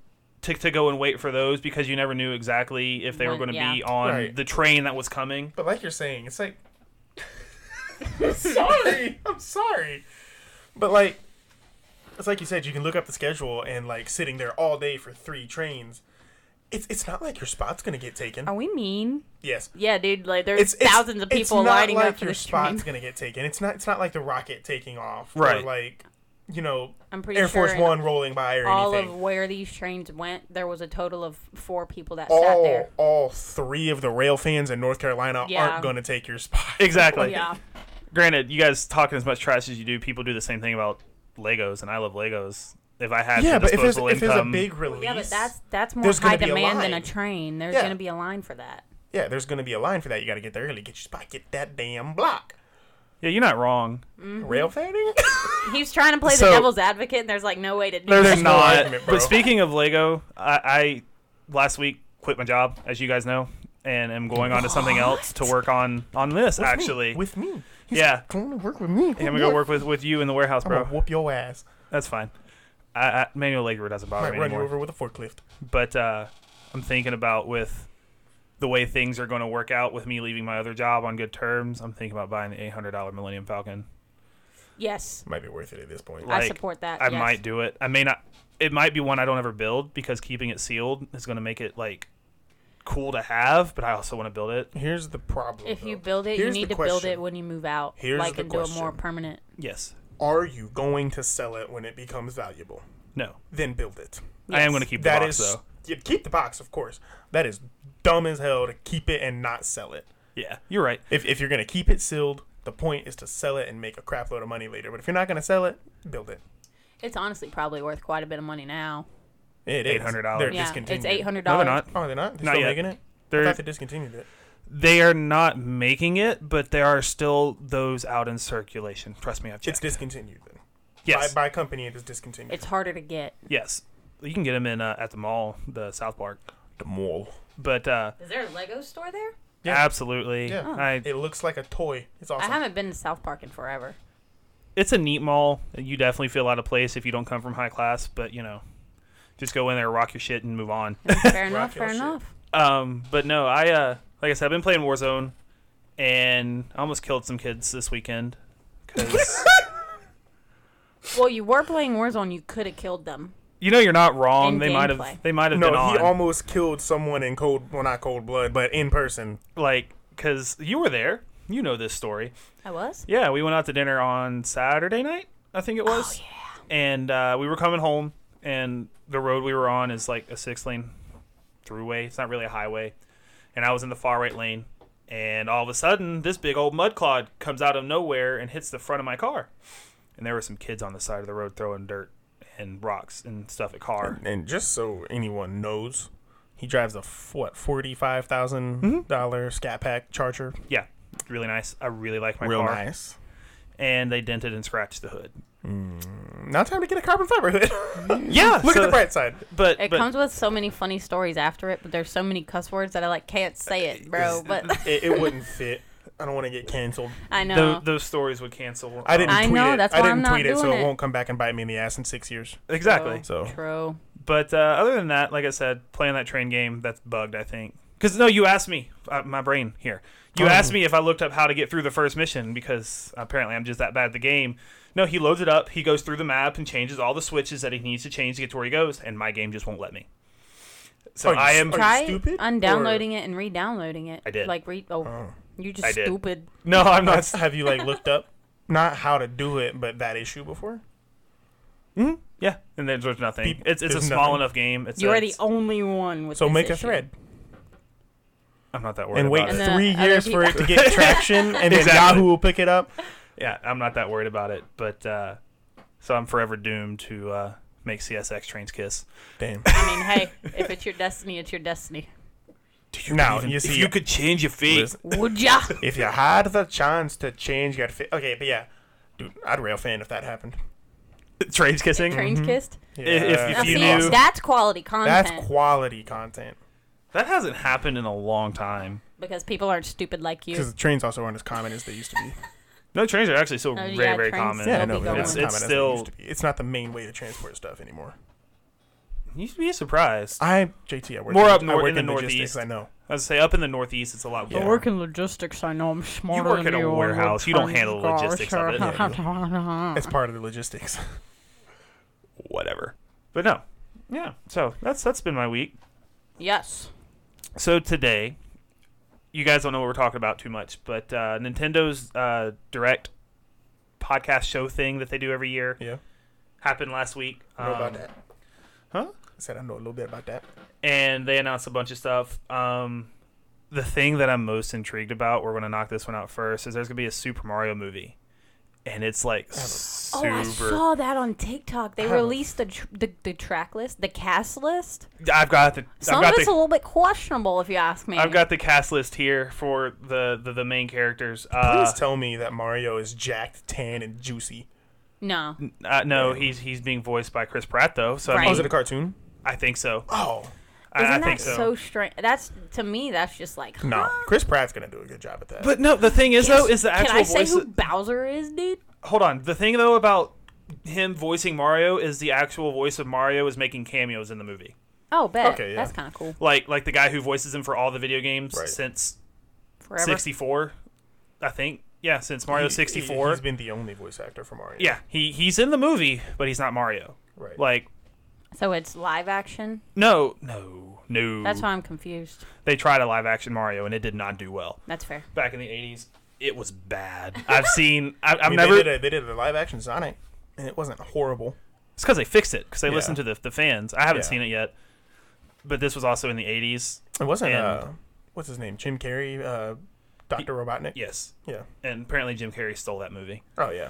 B: to, to go and wait for those because you never knew exactly if they were
D: When-
B: going to be
D: yeah.
B: on
C: Right.
B: the train that was coming.
C: But like you're saying, it's like sorry, I'm sorry. But like it's like you said, you can look up the schedule and like sitting there all day for three trains. It's it's not like your spot's gonna get taken.
D: Are we mean?
C: Yes.
D: Yeah, dude. Like there's
C: It's, it's-
D: thousands of
C: it's
D: people
C: not
D: lining
C: like
D: up for
C: your
D: this
C: spot's
D: train.
C: gonna get taken. It's not it's not like the rocket taking off. Or
B: Right.
C: like you know
D: I'm pretty
C: Air
D: sure
C: Force
D: in
C: One rolling by or
D: all
C: anything.
D: of where these trains went, there was a total of four people that sat
C: all
D: there.
C: all three of the rail fans in North Carolina
D: Yeah.
C: aren't gonna take your spot.
B: Exactly.
D: Yeah.
B: Granted, you guys talking as much trash as you do, people do the same thing about Legos, and I love Legos. If I had
C: Yeah,
B: the
C: but if there's,
B: disposable
C: if there's a
B: income,
C: big release,
D: Yeah, but that's that's more
C: There's gonna
D: high
C: be a
D: demand than a
C: line.
D: train. There's
C: Yeah.
D: gonna be a line for that.
C: yeah, there's gonna be a line for that. You gotta get there early, get your spot, get that damn block.
B: yeah, you're not wrong.
D: Mm-hmm.
C: Rail fanning?
D: He's trying to play
B: So-
D: the devil's advocate, and there's like no way to do
B: There's,
D: that.
C: no
B: not.
C: argument, bro.
B: but speaking of Lego, I, I last week quit my job, as you guys know, and am going on to something else to work on on this actually.
C: with me, He's
B: Yeah.
C: going to work with me.
B: Yeah, I'm gonna go work with, with you in the warehouse,
C: I'm gonna
B: bro.
C: whoop your ass.
B: That's fine. I, I, manual labor doesn't bother
C: Might
B: me
C: run
B: anymore.
C: you over with a forklift.
B: But uh, I'm thinking about with the way things are going to work out with me leaving my other job on good terms. I'm thinking about buying the $800 Millennium Falcon.
D: Yes,
C: Might be worth it at this point.
B: Like,
D: I support that.
B: I
D: yes.
B: might do it. I may not. It might be one I don't ever build because keeping it sealed is going to make it like cool to have. But I also want to build it.
C: Here's the problem.
D: If you
C: though.
D: build it,
C: Here's
D: you need
C: the
D: to build
C: question.
D: it when you move out,
C: Here's
D: like
C: the
D: and do it more
C: question.
D: permanent.
B: Yes.
C: Are you going to sell it when it becomes valuable?
B: No.
C: Then build it.
B: I am
D: Yes.
B: going to keep the
C: That
B: box
C: is,
B: though.
C: you keep the box, of course. That is dumb as hell to keep it and not sell it.
B: Yeah, you're right.
C: If, if you're gonna keep it sealed, the point is to sell it and make a crap load of money later. But if you're not gonna sell it, build it.
D: It's honestly probably worth quite a bit of money now.
C: It is.
B: $800.
C: They're
D: Yeah,
C: discontinued.
D: it's eight hundred
B: No,
D: dollars.
B: they're not.
C: Oh, they're not. They're
B: Not
C: still
B: yet.
C: making it. I
B: They're
C: thought they discontinued it.
B: they are not making it, but there are still those out in circulation. Trust me, I've
C: It's
B: checked.
C: discontinued then.
B: yes,
C: By, by company, it is discontinued.
D: It's harder to get.
B: yes. You can get them in uh, at the mall, the South Park.
C: the mall.
B: But uh,
D: Is there a Lego store there?
C: Yeah.
B: absolutely,
C: Yeah.
B: I,
C: It looks like a toy. It's awesome.
D: I haven't been to South Park in forever.
B: it's a neat mall. You definitely feel out of place if you don't come from high class. But you know, just go in there, rock your shit, and move on.
D: Fair enough. Fair
C: Rock your shit.
D: enough.
B: Um, but no, I uh, like I said, I've been playing Warzone, and I almost killed some kids this weekend. 'cause-
D: Well, you were playing Warzone. You could have killed them.
B: you know, you're not wrong.
D: In
B: they might
D: gameplay.
B: have. They might have
C: No,
B: been on.
C: he almost killed someone in cold. Well, not cold blood, but in person.
B: like because you were there you know this story
D: I was.
B: yeah we went out to dinner on saturday night i think it was oh, yeah. and uh, we were coming home and the road we were on is like a six lane throughway it's not really a highway and i was in the far right lane and all of a sudden this big old mud clod comes out of nowhere and hits the front of my car and there were some kids on the side of the road throwing dirt and rocks and stuff at car
C: And just so anyone knows, he drives a f- what forty-five dollar Scat Pack Charger.
B: yeah really nice i really like my
C: Real
B: car
C: nice.
B: and they dented and scratched the hood
C: Now time to get a carbon fiber hood.
B: yeah
C: Look at
B: so-
C: the bright side.
B: but
D: It
B: but,
D: comes with so many funny stories after it, but there's so many cuss words that I like can't say it, bro. But
C: It, it wouldn't fit. I don't want to get canceled.
D: I know.
B: Tho- those stories would cancel.
C: I didn't
D: I
C: tweet
D: know,
C: it.
D: that's
C: I
D: why
C: didn't
D: I'm not
C: tweet it, so
D: doing
C: it
D: it.
C: won't come back and bite me in the ass in six years.
B: exactly.
C: So
D: True.
B: But uh, other than that, like I said, playing that train game that's bugged. I think because no, you asked me. Uh, my brain here. You
C: Oh.
B: asked me if I looked up how to get through the first mission because apparently I'm just that bad at the game. No, he loads it up. He goes through the map and changes all the switches that he needs to change to get to where he goes, and my game just won't let me. So
C: Are you
B: I am.
C: s- are you
D: Try
C: stupid,
D: undownloading it and re-downloading it.
B: I did.
D: Like re. Oh, you just
B: I did.
D: stupid.
B: no, I'm
C: Not-
B: not.
C: have you like looked up not how to do it, but that issue before?
B: Yeah, and there's, there's nothing.
C: Peep,
B: it's it's a
C: there's
B: small
C: nothing.
B: enough game. It's
D: You
B: a,
D: are the only one with.
C: So
D: this
C: make a
D: issue.
C: thread
B: I'm not that worried.
C: and wait
B: about it.
D: then
C: three
D: other
C: years for it to
D: people-
C: get traction, and then
B: Exactly.
C: Yahoo will pick it up.
B: yeah, I'm not that worried about it, but uh, so I'm forever doomed to uh, make CSX trains kiss.
C: Damn.
D: I mean, hey, if it's your destiny, it's your destiny.
C: now you see,
B: could change your feet,
C: Listen,
D: Would ya?
C: if you had the chance to change your fit, okay, but yeah, dude, I'd rail fan if that happened.
B: trains kissing.
D: Trains kissed.
B: If- if
D: Now,
B: you
D: see,
B: knew-
D: that's quality
C: that's
D: content.
C: quality content.
B: That hasn't happened in a long time.
D: because people aren't stupid like you.
C: Because the trains also aren't as common as they used to be.
B: No, trains are actually still
D: Oh,
B: very,
D: yeah,
B: very
D: trains
B: common.
D: still
C: Yeah, I
D: They'll
C: know.
D: be
C: but not
D: going.
C: as
B: It's, it's
C: common as they
B: still.
C: used to be. It's not the main way to transport stuff anymore.
B: You'd be surprised.
C: I JT, I work
B: More
C: in,
B: up
C: I
B: north-
C: work
B: in the
C: logistics,
B: Northeast.
C: I know.
B: I was say up in the Northeast, it's a lot.
C: Yeah.
B: Yeah.
D: work in logistics. I know I'm smarter.
B: work
D: than
B: in a
D: on
B: warehouse, you don't
D: trains,
B: handle
D: gosh,
B: logistics of it.
C: It's part of the logistics.
B: Whatever. But no. Yeah. So that's that's been my week.
D: yes.
B: So today, you guys don't know what we're talking about too much, but uh, Nintendo's uh, direct podcast show thing that they do every year
C: Yeah.
B: happened last week.
C: I know about
B: Um,
C: that.
B: Huh?
C: I said I know a little bit about that.
B: and they announced a bunch of stuff. Um, the thing that I'm most intrigued about, we're gonna knock this one out first, is there's gonna be a Super Mario movie, and it's like
D: Oh,
B: super.
D: I Oh, saw that on TikTok. They released the, tr- the the track list, the cast list.
B: I've got the I've
D: Some of
B: got
D: it's a
B: the,
D: little bit questionable, if you ask me.
B: I've got the cast list here for the the, the main characters. Uh,
C: Please tell me that Mario is jacked, tan, and juicy.
D: no.
B: uh, no, he's he's being voiced by Chris Pratt though, so
D: Right.
B: I,
C: Oh,
B: mean,
C: is it a cartoon?
B: I think so.
C: Oh.
B: I,
D: Isn't
B: I
D: that
B: think
D: so,
B: so.
D: strange? That's to me. That's just like
C: No.
D: huh?
C: Chris Pratt's gonna do a good job at that.
B: But no, the thing is though, is the
D: Can
B: actual
D: I
B: voice.
D: say who Bowser is, dude?
B: Hold on, the thing though about him voicing Mario is the actual voice of Mario is making cameos in the movie.
D: Oh, bet.
C: Okay, yeah.
D: That's kind of cool.
B: like like the guy who voices him for all the video games
C: Right.
B: since
D: Forever.
B: 64 i think yeah since mario
C: He-
B: 64
C: He, has been the only voice actor for Mario.
B: yeah he he's in the movie but he's not mario
C: Right.
B: like
D: So it's live action.
B: no no no
D: That's why I'm confused.
B: they tried a live action mario and it did not do well
D: That's fair.
B: back in the 80s it was bad i've seen I, i've
C: I mean,
B: never
C: They did, a, they did a live action Sonic, and it wasn't horrible.
B: it's because they fixed it because they
C: Yeah.
B: listened to the, the fans i haven't
C: Yeah.
B: seen it yet but this was also in the 80s
C: It wasn't.
B: And-
C: Uh, what's his name? Jim Carrey, uh, Doctor Robotnik.
B: yes
C: Yeah.
B: and apparently jim carrey stole that movie
C: Oh yeah.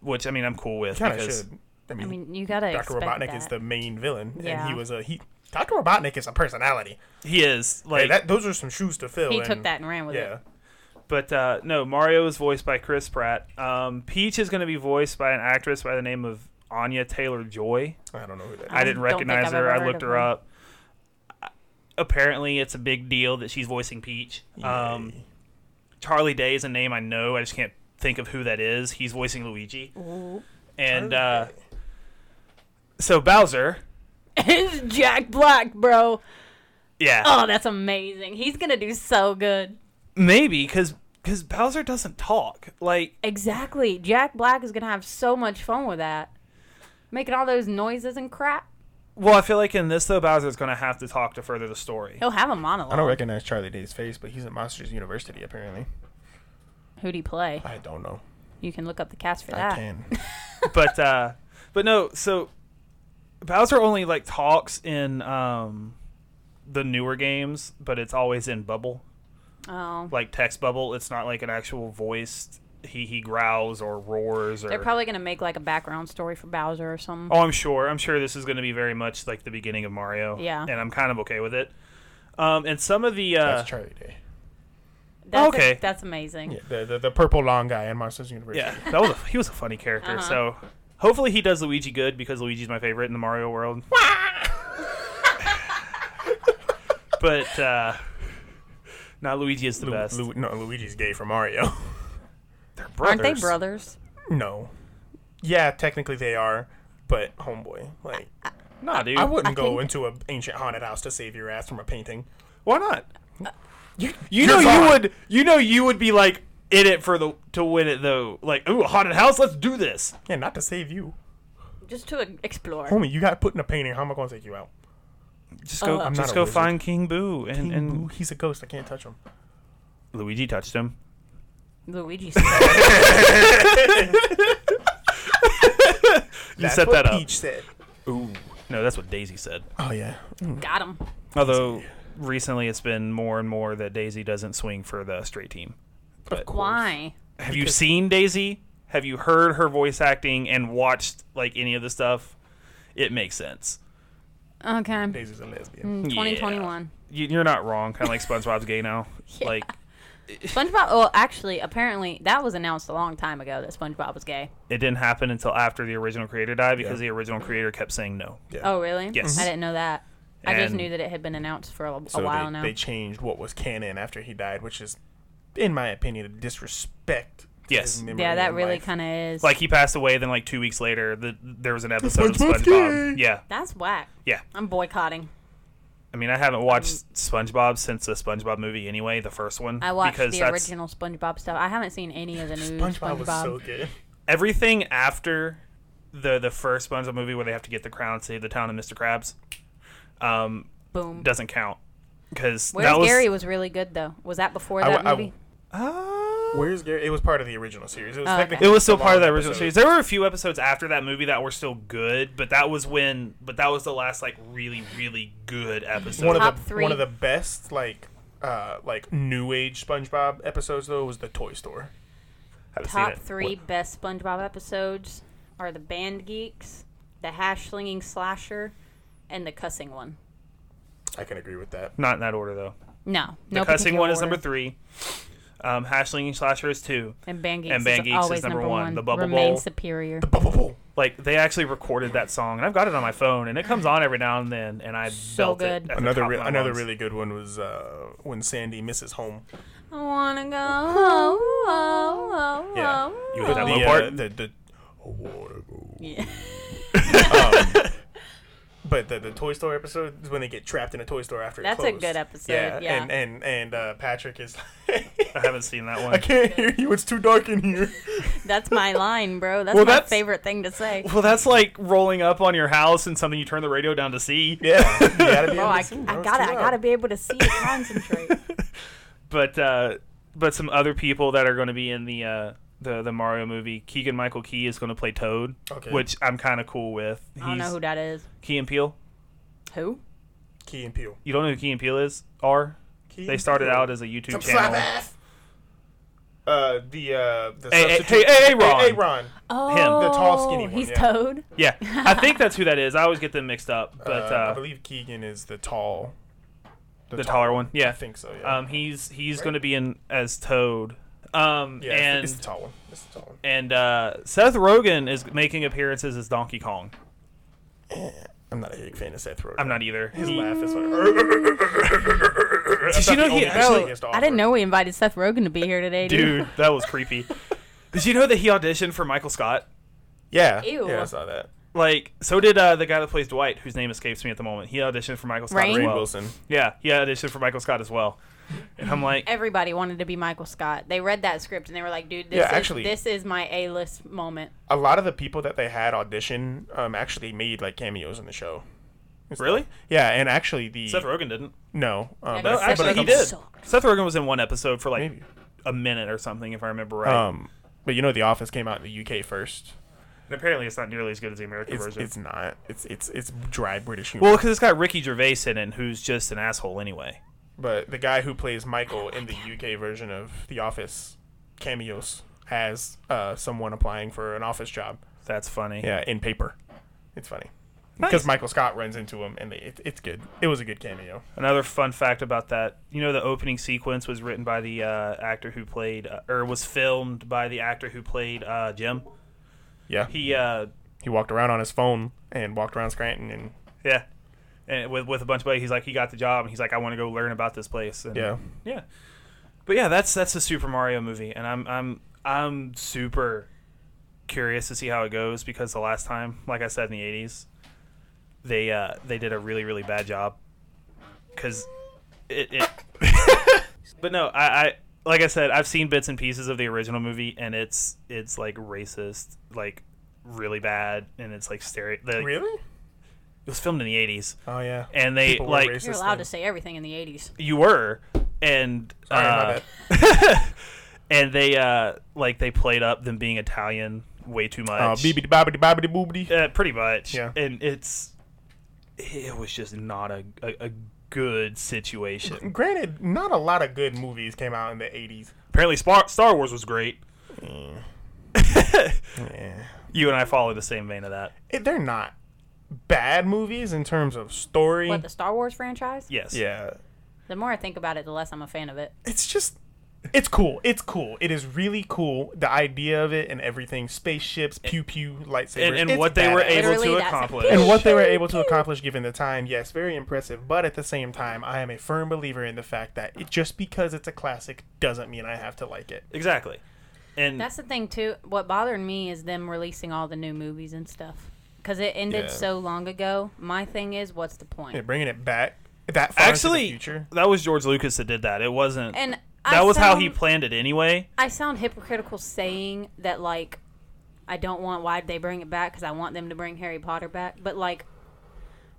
B: which i mean i'm cool with
C: Kind of
B: because
C: should. I
D: I
C: mean,
D: mean, you gotta.
C: Doctor
D: expect
C: Mm. Robotnik is
D: that.
C: the main villain, and
D: Yeah.
C: he was a he. Doctor Robotnik is a personality.
B: he is like
C: Hey, that those are some shoes to fill.
D: He
C: and-
D: took that and ran with
C: Yeah.
D: it.
B: But uh, no, Mario is voiced by Chris Pratt. Um, Peach is going to be voiced by an actress by the name of Anya Taylor Joy.
C: I don't know who that is.
B: I didn't
D: don't think
B: recognize
D: I've
B: her.
D: ever
B: I
D: heard
B: looked
D: of
B: her
D: her.
B: up. Apparently, it's a big deal that she's voicing Peach. Um,
C: Yay.
B: Charlie Day is a name I know. I just can't think of who that is. He's voicing Luigi.
D: Ooh.
B: And uh, so Bowser,
D: it's Jack Black, bro.
B: yeah,
D: Oh, that's amazing. He's gonna do so good.
B: maybe because because Bowser doesn't talk. Like
D: Exactly. Jack Black is gonna have so much fun with that, making all those noises and crap.
B: Well, I feel like in this though, Bowser's gonna have to talk to further the story.
D: He'll have a
C: I
D: monologue.
C: don't recognize Charlie Day's face, but he's at Monsters University apparently.
D: Who'd he play?
C: I don't know.
D: You can look up the cast for
C: I
D: that.
C: can.
B: But uh but no, so Bowser only like talks in um the newer games, but it's always in bubble,
D: Oh,
B: like text bubble. It's not like an actual voiced he he growls or roars or
D: they're probably gonna make like a background story for Bowser or something.
B: Oh, I'm sure. I'm sure this is going to be very much like the beginning of Mario.
D: Yeah.
B: And I'm kind of okay with it. Um and some of the uh
C: That's Charlie Day.
D: That's
B: okay.
D: that's amazing.
C: Yeah, the, the the purple long guy in Monsters University.
B: yeah, that was a, he was a funny character.
C: Uh-huh.
B: So hopefully he does Luigi good because Luigi's my favorite in the Mario world. but uh not Luigi is the
C: Lu-
B: best.
C: Lu- no, Luigi's gay for Mario.
B: They're
D: Aren't they brothers?
C: no. Yeah, technically they are, but homeboy, like
B: Nah, dude.
C: I wouldn't
D: I
C: go
D: think-
C: into an ancient haunted house to save your ass from a painting.
B: Why not? You, you
C: You're
B: know you
C: fine.
B: would you know you would be like in it for the to win it though. Like, ooh, haunted house, let's do this.
C: Yeah, not to save you,
D: Just to explore.
C: homie. You got put in a painting. How am I gonna take you out?
B: Just go
D: Uh, I'm
B: just
C: not a
B: go
C: wizard.
B: find King Boo and, and
C: Ooh, he's a ghost. I can't touch him.
B: Luigi touched him.
D: Luigi.
B: You
C: That's
B: set
C: what
B: that up.
C: Peach said.
B: No, that's what Daisy said.
C: Oh yeah. Mm.
D: got him.
B: Although recently it's been more and more that Daisy doesn't swing for the straight team.
C: Of course.
D: Why?
B: Have you seen Daisy? Have you heard her voice acting and watched like any of the stuff? It makes sense.
D: Okay.
C: Daisy's a lesbian.
D: 2021.
B: You, you're not wrong. Kind of like SpongeBob's gay now. Like
D: SpongeBob. Well, actually, apparently that was announced a long time ago that SpongeBob was gay.
B: it didn't happen until after the original creator died because
C: Yeah.
B: the original creator kept saying no.
C: Yeah.
D: Oh, really?
B: Yes.
D: I didn't know that. I just
B: And-
D: knew that it had been announced for a, a
C: So
D: while
C: they,
D: now.
C: they changed what was canon after he died, which is, in my opinion, a disrespect. to
B: Yes.
C: his memory
D: yeah, that
C: and
D: really
C: life.
D: kind of is.
B: Like he passed away, then like two weeks later, the, there was an episode of
C: SpongeBob's
B: SpongeBob.
C: gay.
B: Yeah,
D: that's whack.
B: yeah.
D: I'm boycotting.
B: I mean, I haven't watched SpongeBob since the SpongeBob movie anyway, the first one.
D: I watched
B: because
D: the
B: that's-
D: original SpongeBob stuff. I haven't seen any of the new
C: SpongeBob
D: SpongeBob.
C: was so good.
B: everything after the the first SpongeBob movie where they have to get the crown, save the town, and Mr. Krabs, um,
D: Boom.
B: doesn't count because
D: Where's
B: that was
D: Gary was really good though. Was that before
C: I-
D: that
C: I-
D: movie?
B: Uh,
C: Where's Gary? It was part of the original series. It was
D: Oh, okay.
C: technically
B: it was still
C: the
B: part of that
C: long
B: original
C: episode.
B: series. There were a few episodes after that movie that were still good, but that was when, but that was the last like really really good episode.
C: One
D: Top
C: of the
D: three.
C: one of the best like uh like new age SpongeBob episodes though was the Toy Store.
B: Haven't seen
D: Top
B: it.
D: three best SpongeBob episodes are the Band Geeks, the Hash Slinging Slasher, and the Cussing one.
C: I can agree with that.
B: Not in that order though.
D: No,
B: The
D: no
B: cussing
D: particular
B: one is number
D: order.
B: three. Um, Hashling and Slasher is two.
D: and Band Geeks,
B: and Band
D: is
B: Geeks is
D: always
B: number
D: number
B: one.
D: one.
B: The Bubble
D: Remain
B: Bowl.
D: superior.
C: The bubble bowl.
B: Like they actually recorded that song, and I've got it on my phone, and it comes on every now and then, and I belt it
D: good.
B: at the
C: Another
B: top
C: re-
B: of my
C: another
B: lungs.
C: really good one was uh when Sandy misses home.
D: I wanna go. oh, home, home, home,
C: Yeah.
D: home.
B: You hit that
C: the,
B: low
C: uh,
B: part?
C: the the I wanna go. Um,
D: Yeah.
C: But the, the Toy Store episode is when they get trapped in a Toy Store after it
D: That's a
C: closed.
D: good episode,
C: Yeah,
D: yeah.
C: and and and uh, Patrick is.
B: I haven't seen that
C: I
B: one.
C: can't hear you. It's too dark in here.
D: That's my line, bro. That's
B: Well,
D: my
B: that's-
D: favorite thing to say.
B: Well, that's like rolling up on your house and something you turn the radio down to see.
C: Yeah, you gotta be able to
D: Bro, Oh, I,
C: see, bro.
D: I
C: It's
D: gotta,
C: too
D: I
C: loud.
D: gotta be able to see and concentrate.
B: But uh, but some other people that are going to be in the uh, the the Mario movie, Keegan Michael Key is going to play Toad,
C: Okay.
B: which I'm kind of cool with. He's
D: I don't know who that is.
B: Key and Peele.
D: Who?
C: Key and Peele.
B: You don't know who Key and Peele is? Are
C: Key
B: they
C: and
B: started
C: Peele.
B: out as a YouTube
C: Some
B: channel?
C: slap ass. Uh, the uh, the
B: Hey, hey,
C: substitute-
B: hey, hey, hey, Ron.
C: hey, Ron.
D: Oh,
B: The
C: tall, skinny one,
D: He's
C: yeah.
D: Toad.
B: Yeah, I think that's who that is. I always get them mixed up, but
C: But
B: uh,
C: I believe Keegan is the tall,
B: the taller one. Yeah,
C: I think so. Yeah,
B: um, he's he's
C: Right.
B: going to be in as Toad. Um,
C: yeah, it's the-
B: and
C: it's the tall one. It's the tall one.
B: and uh, Seth Rogen is making appearances as Donkey Kong.
C: I'm not a big fan of Seth Rogen.
B: I'm not either.
C: His
B: He-
C: laugh is like.
B: Did you know he-
C: actually
D: I didn't know we invited Seth Rogen to be here today, dude.
B: Dude, that was creepy. Did you know that he auditioned for Michael Scott?
C: Yeah.
D: Ew.
C: Yeah, I saw that.
B: Like, so did uh, the guy that plays Dwight, whose name escapes me at the moment. He auditioned for Michael Scott
D: Rainn?
B: as
C: Rain
B: well.
C: Wilson.
B: Yeah, he auditioned for Michael Scott as well. And I'm like,
D: Everybody wanted to be Michael Scott. They read that script and they were like, "Dude, this
C: Yeah,
D: is
C: actually-
D: this is my A-list moment."
C: A lot of the people that they had audition um, actually made like cameos in the show.
B: really?
C: Yeah, and actually the
B: Seth Rogen didn't.
C: no,
B: No,
C: um, but a
D: No,
C: couple-
B: actually,
C: but a
B: he
C: couple-
B: did. Seth Rogen was in one episode for like
C: Maybe.
B: a minute or something, if I remember right.
C: Um, but you know, The Office came out in the UK first.
B: and apparently, it's not nearly as good as the American
C: It's,
B: version.
C: it's not. It's it's it's dry British humor.
B: well, because it's got Ricky Gervais in it, who's just an asshole anyway.
C: but the guy who plays Michael in the UK version of The Office cameos has uh, someone applying for an office job.
B: That's funny.
C: Yeah, in paper. It's funny
B: Nice.
C: because Michael Scott runs into him, and they, it, it's good. It was a good cameo.
B: Another fun fact about that, you know, the opening sequence was written by the uh, actor who played, uh, or was filmed by the actor who played uh, Jim.
C: Yeah, he,
B: He, uh,
C: walked around on his phone and walked around Scranton, and
B: yeah, and with with a bunch of buddies, he's like, he got the job, and he's like, I want to go learn about this place. And,
C: yeah,
B: yeah. But yeah, that's that's a Super Mario movie, and I'm I'm I'm super curious to see how it goes because the last time, like I said in the '80s, they uh, they did a really really bad job because it. it but no, I, I like I said, I've seen bits and pieces of the original movie, and it's it's like racist, like really bad, and it's like stereo. The,
C: really?
B: It was filmed in the '80s,
C: Oh yeah.
B: and they
C: People were
B: like
C: racist
D: You're allowed
C: then.
D: to say everything in the '80s.
B: you were and
C: Sorry, my
B: uh,
C: bad.
B: and they uh like they played up them being Italian way too much.
C: Uh, beebity bobbity bobbity boobity.
B: Uh, pretty much.
C: Yeah.
B: And it's it was just not a a, a good situation.
C: Granted, not a lot of good movies came out in the '80s.
B: Apparently, Spar- Star Wars was great.
C: Mm. Yeah.
B: You and I follow the same vein of that.
C: It, they're not bad movies in terms of story.
D: What the Star Wars franchise?
B: Yes.
C: yeah,
D: The more I think about it, the less I'm a fan of it.
C: it's just It's cool. It's cool. It is really cool. The idea of it and everything spaceships, pew pew, lightsabers.
B: and,
C: It's
B: and what they were
C: badass.
B: able
D: Literally,
B: to
D: that's a
B: accomplish.
C: and what they were able to accomplish given the time, yes, very impressive. But at the same time, I am a firm believer in the fact that it, just because it's a classic doesn't mean I have to like it.
B: exactly. And
D: That's the thing too. What bothered me is them releasing all the new movies and stuff because it ended
C: Yeah.
D: so long ago. My thing is, what's the point?
C: Yeah, bringing it back that far
B: actually,
C: into the future.
B: that was George Lucas that did that. It wasn't.
D: And
B: that
D: I
B: was how he
D: sound-
B: planned it anyway.
D: I sound hypocritical saying that like I don't want why they bring it back because I want them to bring Harry Potter back, but like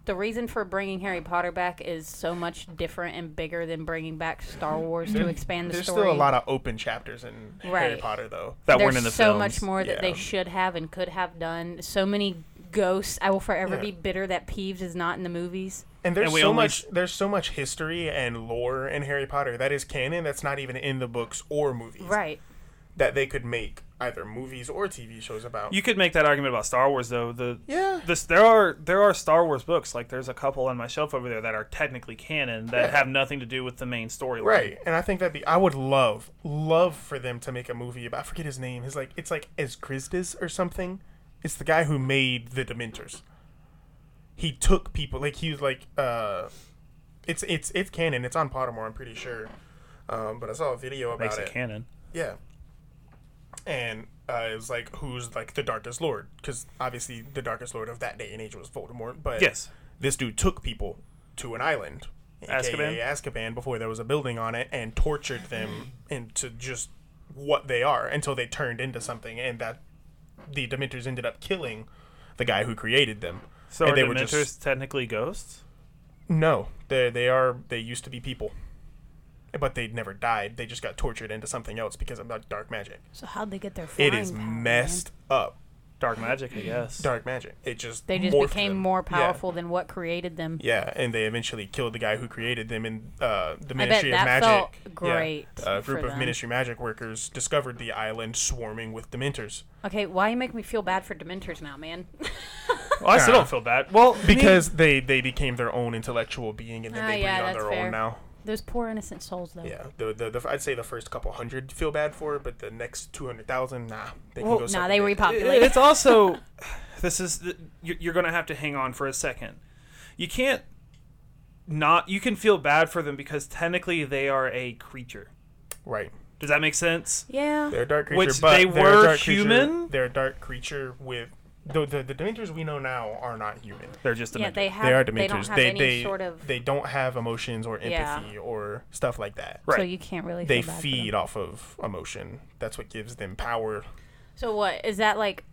D: the reason for bringing Harry Potter back is so much different and bigger than bringing back Star Wars to expand the
C: There's
D: story.
C: still a lot of open chapters in Harry
D: Right.
C: Potter, though.
B: That
D: There's
B: weren't in the
D: so
B: films.
D: much more that they
C: Yeah.
D: should have and could have done. So many ghosts. I will forever
C: Yeah.
D: be bitter that Peeves is not in the movies.
C: And there's
B: And we
C: so
B: only-
C: much there's so much history and lore in Harry Potter that is canon that's not even in the books or movies.
D: Right.
C: That they could make either movies or TV shows about.
B: You could make that argument about Star Wars though. The
C: yeah.
B: this there are there are Star Wars books. Like there's a couple on my shelf over there that are technically canon that have nothing to do with the main storyline.
C: Right. And I think that'd be I would love, love for them to make a movie about I forget his name. He's like it's like Escristus or something. It's the guy who made the Dementors. He took people like he was like uh it's it's it's canon, it's on Pottermore, I'm pretty sure. Um, but I saw a video about
B: Makes
C: it.
B: it canon.
C: Yeah. And uh, it was like, who's like the darkest lord? Because obviously, the darkest lord of that day and age was Voldemort. But
B: Yes.
C: this dude took people to an island, aka
B: Azkaban?
C: Azkaban, before there was a building on it, and tortured them into just what they are until they turned into something, and that the Dementors ended up killing the guy who created them.
B: So
C: and
B: are
C: they
B: Dementors
C: were just
B: technically ghosts?
C: no, they they are they used to be people, but they never died. They just got tortured into something else because of like, dark magic.
D: So how'd they get their?
C: It
D: Flying
C: is
D: power, man?
C: messed up.
B: Dark magic, I guess.
C: Dark magic. It just
D: They just
C: morphed
D: became
C: them.
D: more
C: Yeah.
D: powerful than what created them.
C: Yeah. and they eventually killed the guy who created them in uh, the
D: bet
C: Ministry
D: that
C: of Magic.
D: felt
C: Yeah. uh,
D: great
C: A group
D: for
C: of
D: them.
C: Ministry Magic workers discovered the island swarming with Dementors
D: Okay, why you make me feel bad for Dementors now, man?
B: Well, I still
C: Nah.
B: don't feel bad. Well,
C: because they they became their own intellectual being and then
D: Ah,
C: they breed
D: yeah,
C: on
D: that's
C: their
D: fair.
C: own now.
D: Those poor innocent souls, though.
C: Yeah, the, the the I'd say the first couple hundred feel bad for, but the next two hundred thousand, nah, they
B: Well,
C: can go.
B: nah,
D: Nah,
C: suck
D: they
C: a dick.
D: repopulate.
B: it's also this is the, you're, you're gonna have to hang on for a second you can't not you can feel bad for them because technically they are a creature
C: right.
B: does that make sense
D: yeah.
C: They're a dark creature,
B: Which
C: but
B: they
C: they're a
B: were
C: dark creature-
B: human?
C: They're a dark creature with the the, the Dementors we know now are not human.
B: they're just a
D: Yeah, they have.
C: they are Dementors.
D: They don't have
C: they
D: any
C: they,
D: sort of.
C: they don't have emotions or
D: Yeah.
C: empathy or stuff like that.
B: right
D: So you can't really.
C: They
D: feel bad for them.
C: feed off of emotion. That's what gives them power.
D: So what is that like?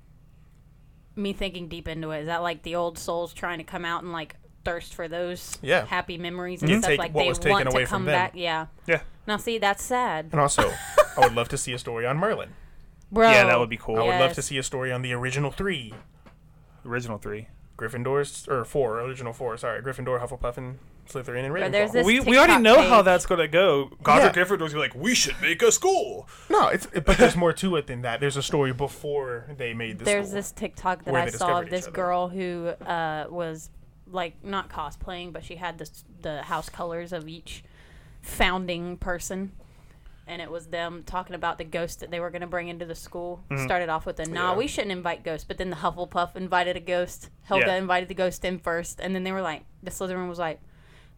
D: Me thinking deep into it is that like the old souls trying to come out and like thirst for those
C: Yeah.
D: happy memories and
C: You
D: stuff
C: take
D: like
C: what
D: they
C: was taken
D: want
C: away
D: to
C: from
D: come
C: them.
D: back. Yeah.
B: yeah
D: Now see, that's sad,
C: And also, I would love to see a story on Merlin.
D: bro.
B: Yeah, that would be cool.
C: I would love
D: Yes.
C: to see a story on the original three
B: original three
C: Gryffindors or four original four. Sorry, Gryffindor, Hufflepuff, and Slytherin, and
D: But there's
C: Ravenclaw.
D: this
B: we, we already
D: TikTok
B: know how
D: page-
B: that's gonna go godric
C: Yeah.
B: gryffindor's gonna be like we should make a school
C: Oh, No, it's but there's more to it than that. There's a story before they made this.
D: There's this TikTok that
C: where
D: I
C: they
D: saw of
C: discovered each
D: this
C: other.
D: girl who uh, was like not cosplaying, but she had this, the house colors of each founding person. And it was them talking about the ghost that they were going to bring into the school. Started off with a nah,
C: Mm-hmm. Yeah.
D: we shouldn't invite ghosts. But then the Hufflepuff invited a ghost. Helga
B: Yeah.
D: invited the ghost in first. And then they were like, the Slytherin was like,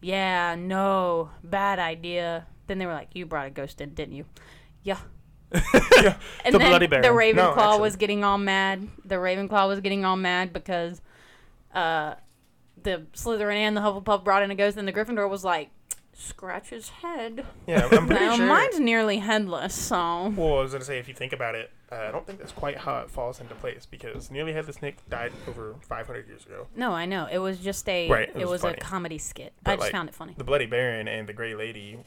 D: yeah, no, bad idea. Then they were like, you brought a ghost in, didn't you? Yeah.
C: yeah.
D: And
B: The
D: then
B: Bloody
D: the
B: Baron.
C: No,
D: Ravenclaw
C: actually.
D: was getting all mad. The Ravenclaw was getting all mad because uh, the Slytherin and the Hufflepuff brought in a ghost, and the Gryffindor was like, scratch his head.
C: Yeah, I'm pretty
D: Now,
C: sure.
D: mine's nearly headless, so.
C: Well, I was gonna say, if you think about it, uh, I don't think that's quite how it falls into place because Nearly Headless Nick died over 500 years ago.
D: No, I know. It was just a.
C: Right,
D: it
C: it
D: was,
C: was
D: a
C: funny.
D: comedy skit.
C: But,
D: I just
C: like,
D: found it funny.
C: The Bloody Baron and the Grey Lady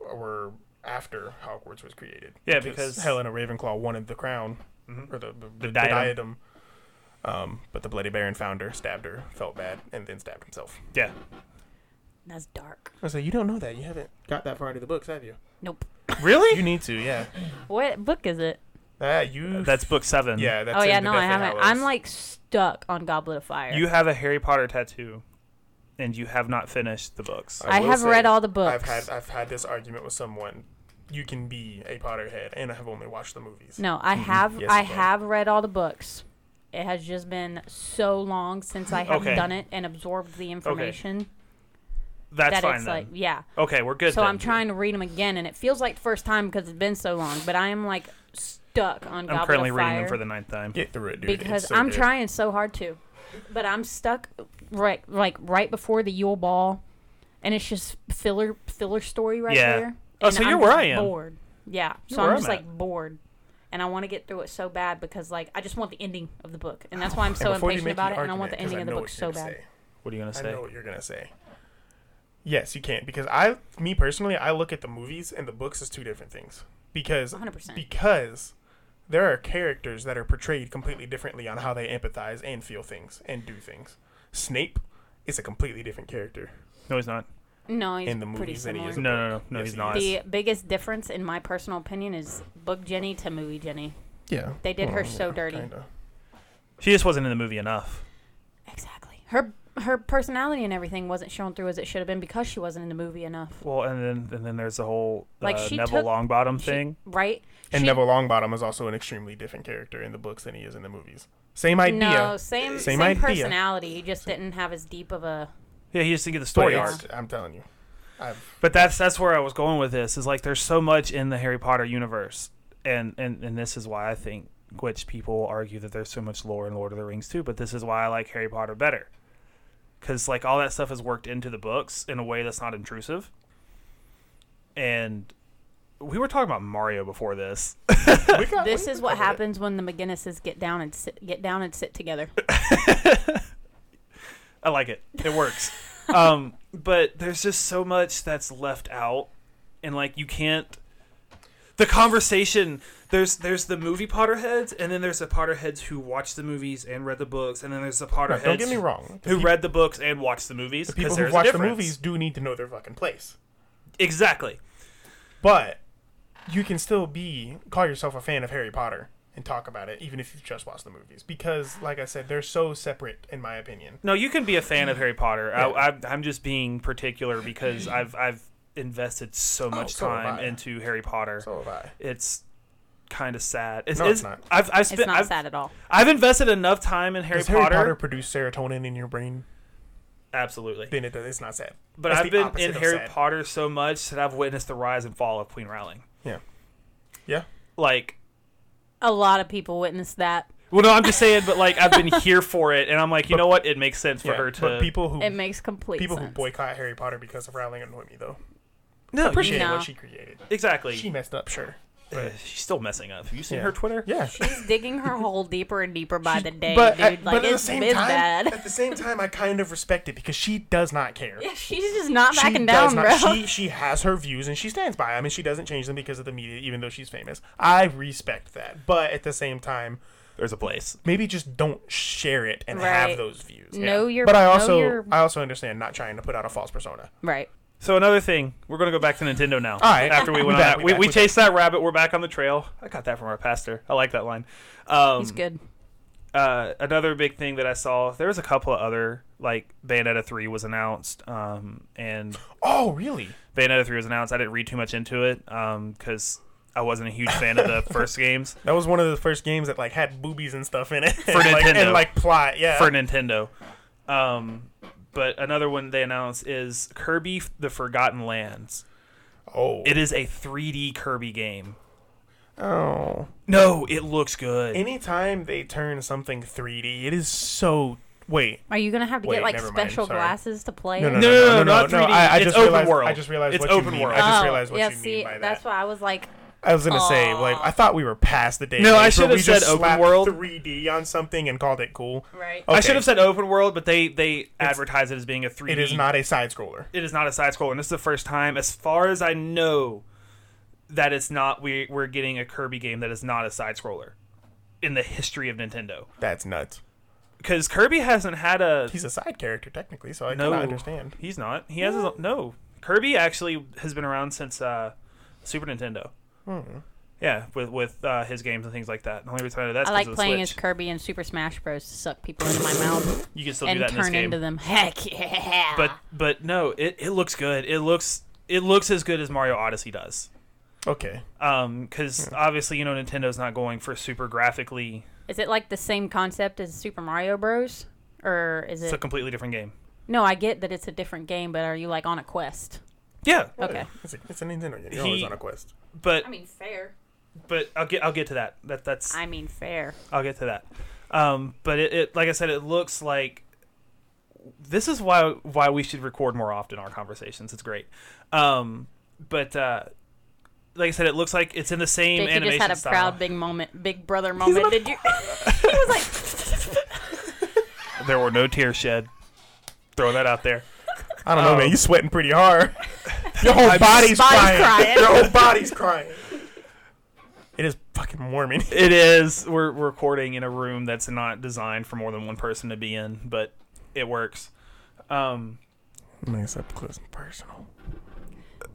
C: were after Hogwarts was created.
B: Yeah, because-
C: Helena Ravenclaw wanted the crown or the, the, Mm-hmm. the
B: diadem.
C: diadem. Um, but the Bloody Baron found her, stabbed her, felt bad, and then stabbed himself.
B: yeah
D: That's dark.
C: I was like, you don't know that. You haven't got that far into the books, have you?
D: Nope.
B: really
C: You need to, yeah.
D: What book is it?
C: Uh, you.
B: that's book seven
C: yeah. That's
D: oh,
C: in
D: yeah,
C: the
D: no,
C: Deathly
D: I haven't.
C: Hallows.
D: I'm like stuck on Goblet of Fire.
B: you have a harry potter tattoo and you have not finished the books
D: I
C: will
D: have read all the
C: I've
D: books.
C: had I've had this argument with someone you can be a Potterhead and have only watched the movies.
D: No,
B: Mm-hmm.
D: I have
C: Yes,
D: I
C: you can.
D: have read all the books. It has just been so long since I have
B: Okay.
D: done it and absorbed the information
B: That's
D: that
B: fine
D: it's
B: then.
D: like yeah.
B: okay, we're good.
D: So
B: then.
D: I'm trying to read them again, and it feels like the first time because it's been so long. But I am like stuck on.
B: I'm
D: Goblet
B: currently
D: of
B: reading
D: Fire
B: them for the ninth time.
C: Get through it, dude. It's
D: because
C: so
D: I'm
C: good.
D: trying so hard to, but I'm stuck right like right before the Yule Ball, and it's just filler filler story right
B: Yeah.
D: there.
B: Oh,
D: and
B: so
D: I'm
B: you're where
D: just
B: I am.
D: Bored. Yeah.
B: You're
D: so
B: where
D: I'm
B: I'm
D: just
B: at.
D: like bored, and I want to get through it so bad because like I just want the ending of the book, and that's why I'm so
C: before you
D: impatient
C: make
D: about it,
C: your
D: and I want the
C: argument, 'cause
D: ending of the
C: know
D: book
C: what
D: so
C: you're
D: bad.
C: gonna say.
B: What are you gonna
C: I
B: say?
C: know what you're gonna say. Yes, you can't because I, me personally, I look at the movies and the books as two different things because
D: 100%.
C: because there are characters that are portrayed completely differently on how they empathize and feel things and do things. Snape is a completely different character.
B: No, he's not.
D: No, he's
C: In the
D: pretty
C: movies, and he
D: similar.
C: is
B: No, no, no, no,
C: Yes,
B: he's
C: he
B: not.
C: is.
D: The biggest difference, in my personal opinion, is book Jenny to movie Jenny.
C: Yeah,
D: They did her so dirty.
C: Kinda.
B: She just wasn't in the movie enough.
D: Exactly. Her her personality and everything wasn't shown through as it should have been because she wasn't in the movie enough.
B: Well, and then and then there's the whole uh,
D: Like, she
B: Neville
D: took-
B: Longbottom
D: She-
B: thing.
D: right?
C: And
D: She-
C: Neville Longbottom is also an extremely different character in the books than he is in the movies. Same idea.
D: No, same
C: Same
D: same,
C: idea.
D: personality. He just didn't have as deep of a.
B: Yeah, he just didn't get the
C: but
B: story
C: it's-
B: arc.
C: I'm telling you, I've,
B: But that's that's where I was going with this. Is like there's so much in the Harry Potter universe, and and and this is why I think which people argue that there's so much lore in Lord of the Rings too. But this is why I like Harry Potter better, because like all that stuff is worked into the books in a way that's not intrusive. And we were talking about Mario before this.
C: we got-
D: This
C: we-
D: is
C: we
D: what
C: covered it.
D: happens when the McGinnises get down and sit, get down and sit together.
B: I like it. It works. um, but there's just so much that's left out, and like you can't. The conversation there's there's the movie Potterheads, and then there's the Potterheads who watch the movies and read the books, and then there's the Potterheads.
C: Don't get me wrong. The
B: Who read the books and watched the movies?
C: people
B: Because
C: who
B: there's
C: watch
B: a
C: the
B: difference.
C: movies do need to know their fucking place.
B: Exactly.
C: But you can still be call yourself a fan of Harry Potter and talk about it, even if you've just watched the movies, because like I said, they're so separate in my opinion.
B: No, you can be a fan of
C: Mm.
B: Harry Potter. I, I, I'm just being particular because I've I've invested so much
C: Oh, so have
B: time
C: I.
B: into Harry Potter.
C: So have I.
B: it's kind of sad. It's,
C: No, it's not.
B: I've, I've
D: It's
B: spent,
D: not
B: I've,
D: sad at all.
B: I've invested enough time in Harry
C: Does
B: Potter.
C: Harry Potter produce serotonin in your brain?
B: Absolutely.
C: Then it, it's not sad.
B: But
C: That's
B: I've
C: the
B: been
C: opposite
B: in
C: of
B: Harry
C: sad.
B: Potter so much that I've witnessed the rise and fall of Queen Rowling.
C: Yeah, yeah.
B: Like,
D: A lot of people witnessed that.
B: well, no, I'm just saying, but like, I've been here for it, and I'm like, you know what? It makes sense for
C: yeah.
B: her to.
C: But people who
D: It makes complete
C: people
D: sense.
C: who boycott Harry Potter because of Rowling annoy me though.
B: no, you-
C: Appreciate
D: No.
C: what she created.
B: exactly.
C: She messed up, sure.
B: Uh,
C: But
B: she's still messing up. Have you seen
C: Yeah.
B: her Twitter?
C: yeah.
D: She's digging her hole deeper and deeper by the day,
C: but
D: dude.
C: at,
D: like
C: but at the
D: it's
C: same
D: been
C: time,
D: bad.
C: at the same time, I kind of respect it because she does not care.
D: She's just not
C: she
D: backing
C: does
D: down,
C: not,
D: bro.
C: She she has her views and she stands by them and she doesn't change them because of the media, even though she's famous. I respect that, but at the same time,
B: There's a place.
C: maybe just don't share it and
D: Right.
C: have those views.
D: Know your-
C: but I
D: know
C: also
D: your-
C: I also understand not trying to put out a false persona.
D: right.
B: So another thing, we're gonna go back to Nintendo now.
C: All right.
B: After we went
C: We
B: on
C: back,
B: that,
C: we
B: we,
C: back,
B: we
C: we
B: chased that rabbit. We're back on the trail. I got that from our pastor. I like that line. Um,
D: He's good.
B: uh, another big thing that I saw, there was a couple of other like Bayonetta three was announced, um, and
C: Oh really?
B: Bayonetta three was announced. I didn't read too much into it because I wasn't a huge fan of the first games
C: That was one of the first games that like had boobies and stuff in it for and, Like,
B: Nintendo.
C: and like plot. Yeah.
B: for Nintendo. Um, but another one they announced is Kirby: The Forgotten Lands.
C: oh.
B: It is a 3D Kirby game.
C: oh.
B: No, it looks good.
C: Anytime they turn something 3D, it is so wait.
D: Are you gonna have to
C: Wait,
D: get like
C: never mind,
D: special
C: sorry.
D: glasses to play?
C: No,
D: it?
C: no,
B: No,
C: no,
B: no,
C: no,
B: no,
C: no, no,
B: not 3D.
C: I, I
B: It's
C: just
B: open
C: realized,
B: world.
C: I just realized
B: It's
C: what you
B: open
C: mean.
B: world.
C: I just
D: Oh,
C: realized what
D: yeah,
C: you mean
D: see,
C: by that.
D: that's why I was like,
C: I was gonna say, like, I thought we were past the day.
B: No,
C: age
B: I
C: where
B: should've
C: we just
B: said open
C: slapped
B: world.
C: 3D on something and called it cool.
D: right?
B: I
C: Okay.
B: should have said open world, but they they advertise it as being a 3D.
C: It is not a side scroller.
B: it is not a side scroller, and this is the first time, as far as I know, that it's not we we're getting a Kirby game that is not a side scroller in the history of Nintendo.
C: That's nuts.
B: Because Kirby hasn't had a
C: He's a side character technically, so I
B: no.
C: cannot understand.
B: He's not. He has his own, no. Kirby actually has been around since uh, Super Nintendo.
C: Hmm.
B: Yeah, with with uh, his games and things like that. The only reason I know that's
D: I
B: 'cause
D: like
B: of the
D: playing
B: Switch.
D: as Kirby in Super Smash Bros. to suck people into my mouth
B: You can still do
D: and
B: that in this
D: turn
B: game.
D: into them. Heck yeah!
B: but but no, it, it looks good. It looks it looks as good as Mario Odyssey does.
C: Okay.
B: Um, because obviously you know Nintendo's not going for super graphically.
D: Is it like the same concept as Super Mario Bros? Or is
B: It's
D: it?
B: a completely different game.
D: no, I get that it's a different game, but are you like on a quest?
B: Yeah,
D: Okay.
C: It's a, it's a Nintendo game. You're always
B: He-
C: on a quest.
B: but
D: mean, fair.
B: but I'll get I'll get to that. That that's
D: I mean, fair.
B: I'll get to that. Um, but it, it like I said, it looks like this is why why we should record more often our conversations. It's great. Um, but uh, like I said, it looks like it's in the same
D: Jake, you
B: animation
D: just had a
B: style.
D: proud big moment, big brother moment. Did you? he was like,
B: There were no tears shed. Throw that out there.
C: I don't know,
B: Oh.
C: man. You sweating pretty hard. Your whole body's, crying.
D: crying.
C: Your whole body's crying. It is fucking warming.
B: It is. We're we're recording in a room that's not designed for more than one person to be in, but it works. Um,
C: Nice up close and personal.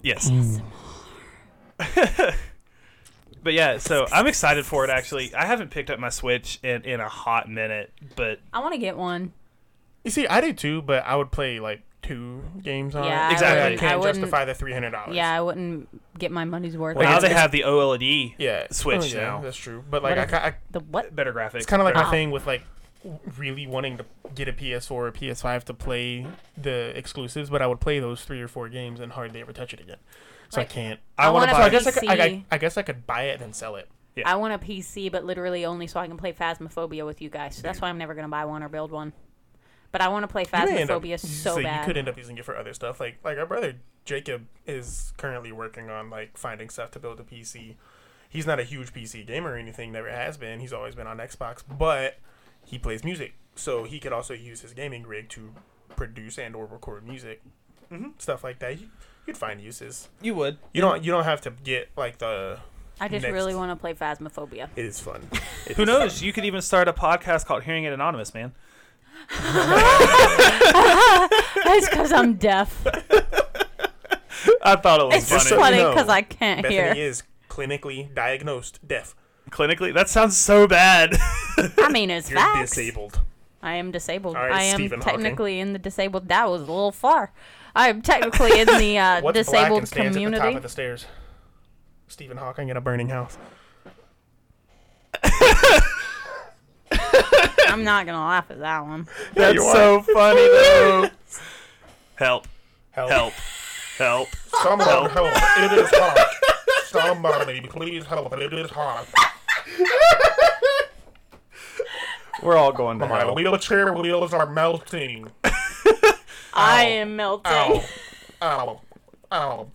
B: yes. but yeah, so I'm excited for it. Actually, I haven't picked up my Switch in in a hot minute, but
D: I want to get one.
C: You see, I do too, but I would play like two games on
D: Yeah,
C: it.
D: I
B: Exactly.
C: I
B: wouldn't-
C: can't
D: I wouldn't-
C: justify the three hundred dollars.
D: Yeah, I wouldn't get my money's worth.
C: Well,
B: now
D: out of
B: they
D: it.
B: have the E OLED
C: yeah.
B: Switch
C: Oh, yeah,
B: now.
C: That's true. But like,
D: What
C: I,
D: is-
C: ca- I,
D: the what?
B: better graphics.
C: it's kind of like
B: better-
C: my thing with like really wanting to get a PS4 or PS5 to play the exclusives, but I would play those three or four games and hardly ever touch it again. So
D: Right.
C: I can't.
B: I wanna
D: want a
C: So I
B: buy-
C: guess I, could, I,
D: PC.
C: I, I guess I could buy it and sell it.
D: I want a PC, but literally only so I can play Phasmophobia with you guys. So that's why I'm never gonna buy one or build one. But I want to play
C: You may end up-
D: Phasmophobia so
C: You could
D: bad.
C: end up using it for other stuff. Like like our brother Jacob is currently working on like finding stuff to build a PC. He's not a huge PC gamer or anything, never has been. He's always been on Xbox, but he plays music. So he could also use his gaming rig to produce and or record music.
D: Mm-hmm.
C: Stuff like that. You, you'd find uses.
B: you would.
C: You don't you don't have to get like the
D: I just
C: next.
D: really want to play Phasmophobia.
C: it is fun. It
B: Who
C: is
B: knows? You could even start a podcast called Hearing It Anonymous, man.
D: That's because I'm deaf.
B: I thought it was
D: It's
B: funny.
D: just
C: so you
D: funny
C: know,
D: because I can't
C: Bethany
D: hear.
C: is clinically diagnosed deaf.
B: Clinically, that sounds so bad.
D: I mean, it's
C: You're
D: facts.
C: disabled.
D: I am disabled.
C: All right,
D: I am
C: Stephen Hawking.
D: technically in the disabled. That was a little far. I am technically in the uh,
C: What's black
D: disabled
C: and stands
D: community.
C: At the top of the stairs. Stephen Hawking in a burning house.
D: I'm not gonna laugh at that one.
C: Oh.
B: That's
C: you are.
B: so funny though. help!
C: Help!
B: Help! Help!
C: Someone help! It is hard. Somebody, please help! It is hard.
B: We're all going to
C: My
B: hell.
C: wheelchair wheels are melting.
D: I am melting.
C: Ow! Ow! Ow!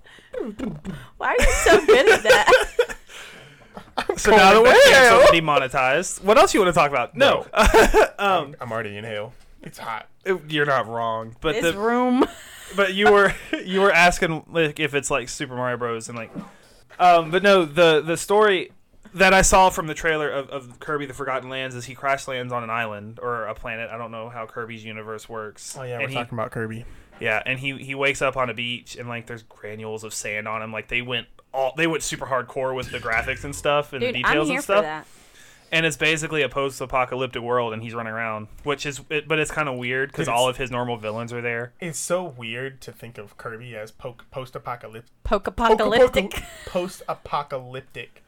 D: Why are you so good at that?
B: So now that
C: Going
B: we're
C: to hell.
B: canceled, demonetized, what else you want to talk about? No, Uh, Um,
C: I'm already in hell. It's hot.
B: you're not wrong. But
D: this
B: the,
D: room.
B: but you were you were asking like if it's like Super Mario Bros. and like, um, but no, the the story that I saw from the trailer of, of Kirby the Forgotten Lands is he crash lands on an island or a planet. I don't know how Kirby's universe works.
C: Oh yeah,
B: and
C: we're
B: he,
C: talking about Kirby.
B: Yeah, and he he wakes up on a beach and like there's granules of sand on him. Like they went all they went super hardcore with the graphics and stuff and
D: Dude,
B: the
D: I'm
B: details
D: here
B: and
D: for
B: stuff.
D: that.
B: And it's basically a post-apocalyptic world, and he's running around, which is it, but it's kind of weird because
C: Dude,
B: all of his normal villains are there.
C: It's so weird to think of Kirby as po- post-apocalyptic.
D: Poke apocalyptic.
C: Post-apocalyptic.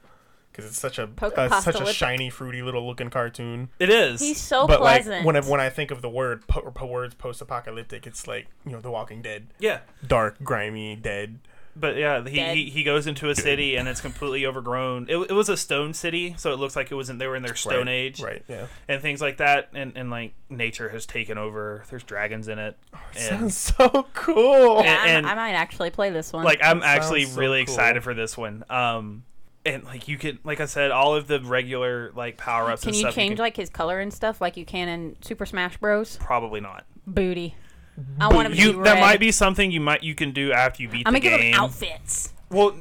C: Because it's such a uh, such a
D: Poke-apocalyptic.
C: shiny, fruity little looking cartoon.
B: It is.
D: He's so
C: but
D: pleasant.
C: like when I, when I think of the word po- or po- words post apocalyptic, it's like you know The Walking Dead,
B: yeah,
C: dark, grimy, dead.
B: but yeah, he,
D: Dead.
B: he he goes into a city and it's completely overgrown. It, it was a stone city, so it looks like it was in, they were in their stone
C: right,
B: age,
C: right? Yeah,
B: And things like that, and and like nature has taken over. There's dragons in it. and-
C: Oh, sounds so cool.
D: Yeah, I'm-
B: and-
D: I might actually play this one.
B: like I'm
C: That sounds
B: actually
C: so
B: really
C: cool.
B: excited for this one. Um, and like you can, like I said, all of the regular like power ups.
D: can
B: and
D: you
B: stuff
D: change
B: can-
D: like his color and stuff like you can in Super Smash Bros?
B: Probably not.
D: Booty. I want him to be
B: You
D: red.
B: that might be something you might you can do after you beat
D: I'm
B: the
D: gonna give
B: game.
D: him outfits.
B: Well,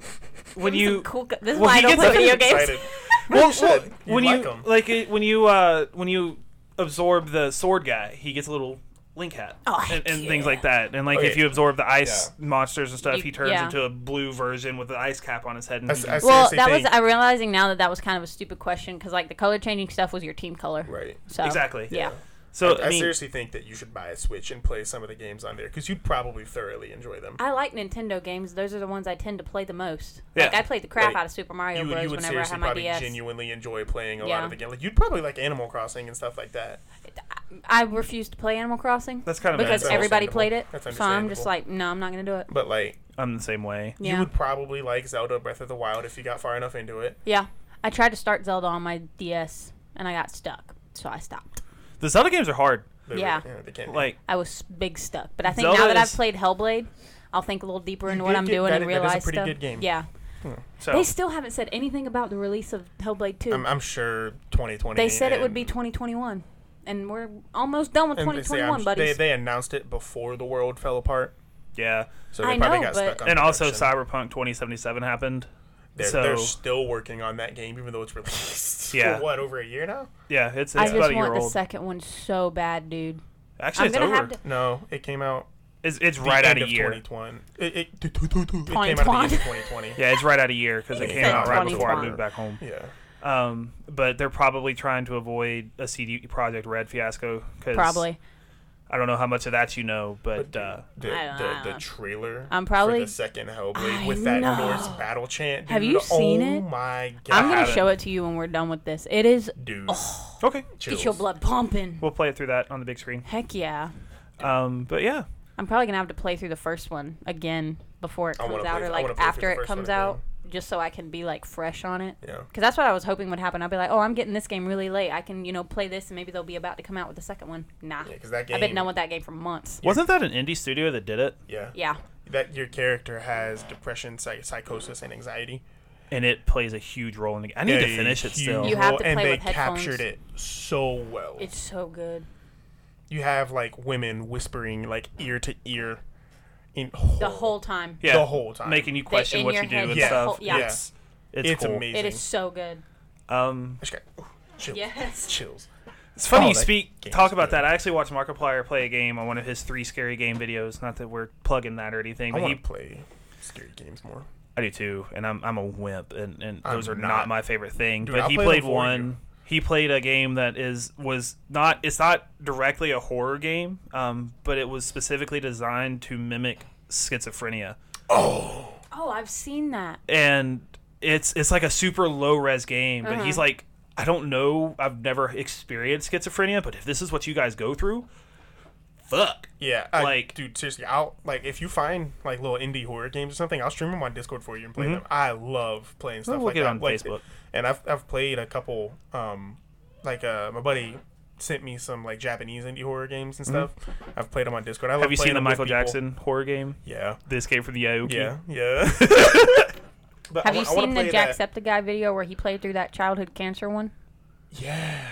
B: when
D: Give him some
B: you
D: cool co- this is
B: well,
D: why
B: he
D: I don't
B: gets
D: play
B: like-
D: video games.
B: well, well,
C: should. You
B: when
C: like
B: you
C: 'em.
B: like it, when you uh when you absorb the sword guy, he gets a little link hat
D: Oh,
B: and, and
D: heck
B: things
D: yeah.
B: like that. And like if
C: Okay.
B: you absorb the ice monsters and stuff,
D: You-
B: he turns
D: yeah.
B: into a blue version with the ice cap on his head. And
C: I
B: he
C: s-
B: can-
C: I
D: Well,
C: seriously
D: that was
C: think-
D: I'm realizing now that that was kind of a stupid question because like the color changing stuff was your team color.
C: right.
D: So
B: Exactly.
D: Yeah.
B: So
C: I,
B: I, mean,
C: seriously think that you should buy a Switch and play some of the games on there because you'd probably thoroughly enjoy them.
D: I like Nintendo games. Those are the ones I tend to play the most. Like
B: Yeah.
D: I played the crap
C: Like,
D: out of Super Mario
C: you, would-
D: Bros.
C: you would
D: whenever I
C: seriously
D: had my
C: probably
D: DS.
C: genuinely enjoy playing a lot
D: Yeah.
C: of the game. Like you'd probably like Animal Crossing and stuff like that.
D: I refuse to play Animal Crossing.
B: That's kind of
D: because
B: understandable.
D: everybody played it.
C: That's
D: So I'm just
C: understandable.
D: like, no, I'm not gonna do it.
C: But like
B: I'm the same way.
D: Yeah,
C: you would probably like Zelda Breath of the Wild if you got far enough into it.
D: yeah. I tried to start Zelda on my DS and I got stuck, so I stopped.
B: The Zelda games are hard.
C: They were-
D: Yeah.
C: they can't be.
B: Like
D: I was big stuck. But I think
B: Zelda
D: now that I've
B: is-
D: played Hellblade, I'll think a little deeper into
C: You
D: what
C: did
D: I'm
C: get-
D: doing
C: that
D: and
C: is- that is a
D: realize
C: pretty
D: stuff.
C: good game. Oh.
D: Yeah,
B: so,
D: they still haven't said anything about the release of Hellblade Two.
C: I'm, I'm sure 2020.
D: they said it would
C: and-
D: be 2021, and we're almost done with
C: and they say, I'm
D: 2021,
C: sh-
D: buddies.
C: They, they announced it before the world fell apart,
B: yeah,
C: so they
D: I
C: probably
D: know,
C: got
D: but-
C: stuck on
B: and also
C: production.
B: Cyberpunk 2077 happened.
C: They're,
B: so
C: they're still working on that game, even though it's released
B: Yeah.
C: for what over a year now.
B: yeah, it's,
D: I
B: it's about
D: just
B: a year
D: want the
B: old.
D: second one so bad, dude.
B: Actually,
D: I'm
B: it's
D: gonna
B: over.
D: have to.
C: No, it came out
B: It's, it's
C: the
B: right out
C: end
B: of year.
C: 2021. It, it, it came out at the end of 2020.
B: Yeah, it's right out of year because it
D: He
B: came
D: said
B: out right before I
D: 2020.
B: moved back home.
C: yeah.
B: Um, but they're probably trying to avoid a CD Project Red fiasco because
D: Probably.
B: I don't know how much of that you know, but uh,
C: The,
D: I don't
C: the,
D: know.
C: the trailer
D: I'm probably-
C: for the second Hellblade
D: I
C: with that
D: know.
C: Norse battle chant.
D: Have
C: dude.
D: you seen
C: oh
D: it?
C: my god!
D: I'm gonna
B: haven't.
D: show it to you when we're done with this. It is
C: dude.
B: uh, okay,
D: get your
C: chills.
D: blood pumping.
B: we'll play it through that on the big screen.
D: Heck yeah!
B: Um, but yeah,
D: I'm probably gonna have to play through the first one again before it
C: I wanna
D: comes out,
C: play-
D: or
C: I
D: like
C: wanna play through
D: after
C: the
D: it
C: first
D: comes
C: one again.
D: out, just so I can be like fresh on it.
C: Yeah.
D: Because that's what I was hoping would happen. I'd be like, oh, I'm getting this game really late. I can, you know, play this, and maybe they'll be about to come out with the second one. Nah,
C: Yeah, 'cause that
D: I've been
C: game-
D: done with that game for months.
B: wasn't that an indie studio that did it?
C: Yeah.
D: Yeah,
C: That your character has depression, psych- psychosis, and anxiety.
B: And it plays a huge role in the game. I need to
C: A
B: finish it still.
C: huge
D: You have
C: role,
D: to
C: and
D: play
C: they
D: with headphones.
C: captured it so well.
D: it's so good.
C: you have like women whispering like ear to ear, in
D: The whole time.
B: yeah,
C: the whole time.
B: making you question
D: in
B: what
D: your
B: you do
D: head,
B: and
C: the
B: stuff.
D: whole- yeah.
B: It's it's,
C: It's
B: cool.
C: amazing.
D: It is so good.
B: Um,
C: I just got- ooh, chills.
D: Yes.
C: Chills.
B: It's funny
C: Oh,
B: you
C: that
B: speak
C: game's
B: talk about
C: good.
B: that. I actually watched Markiplier play a game on one of his three scary game videos. Not that we're plugging that or anything,
C: I
B: but
C: want
B: he
C: to play scary games more.
B: I do too, and I'm I'm a wimp, and, and
C: I'm
B: those are not,
C: not.
B: my favorite thing.
C: Dude,
B: but
C: I'll
B: he
C: play
B: played
C: them for
B: one.
C: you.
B: He played a game that is was not it's not directly a horror game, um, but it was specifically designed to mimic schizophrenia,
D: Oh, I've seen that.
B: and it's it's like a super low res game. But he's like, I don't know, I've never experienced schizophrenia, but if this is what you guys go through, fuck.
C: Yeah, I,
B: Like-
C: like dude, seriously, I'll like if you find like little indie horror games or something, I'll stream them on Discord for you and play them. I love playing stuff
B: Mm-hmm. we'll
C: like
B: get
C: that.
B: on
C: like,
B: Facebook.
C: and I've I've played a couple. Um, like uh, my buddy sent me some like Japanese indie horror games and stuff. I've played them on Discord. I
B: Mm-hmm.
C: love
B: Have you
C: playing
B: seen the
C: them with
B: Michael
C: people.
B: Jackson horror game?
C: Yeah,
B: This came from the Aoki.
C: yeah, yeah. But
D: Have
C: I
D: you
C: wa- I wanna
D: seen
C: play
D: the
C: that-
D: Jacksepticeye video where he played through that childhood cancer one?
C: Yeah,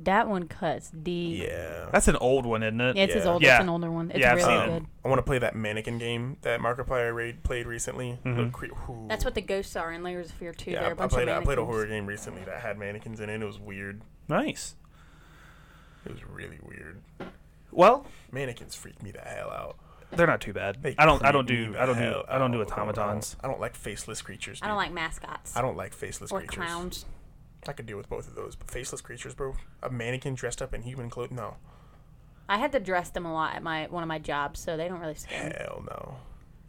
D: That one cuts deep.
C: yeah.
B: That's an old one, isn't it?
D: Yeah, it's his
C: Yeah.
D: old.
B: Yeah.
D: It's an older one. It's
B: Yeah, I've
D: really
B: seen it.
D: good.
C: Um, I want to play that mannequin game that Markiplier raid played recently.
B: Mm-hmm.
C: Look, cre- ooh.
D: That's what the ghosts are in Layers of Fear too.
C: Yeah,
D: They're a
C: I, I
D: bunch
C: played.
D: of
C: I played a
D: mannequins.
C: horror game recently that had mannequins in it. It was weird.
B: Nice.
C: It was really weird.
B: Well,
C: Mannequins freak me the hell out.
B: they're not too bad.
C: They
B: I don't. I don't
C: creep me
B: do.
C: the
B: I don't do.
C: hell
B: I don't do
C: out.
B: automatons.
C: I don't, I don't like faceless creatures. Dude.
D: I don't like mascots
C: I don't like faceless
D: or
C: creatures.
D: clowns.
C: I could deal with both of those, but faceless creatures, bro. A mannequin dressed up in human clothes? No,
D: I had to dress them a lot at my one of my jobs, so they don't really scare me.
C: hell no.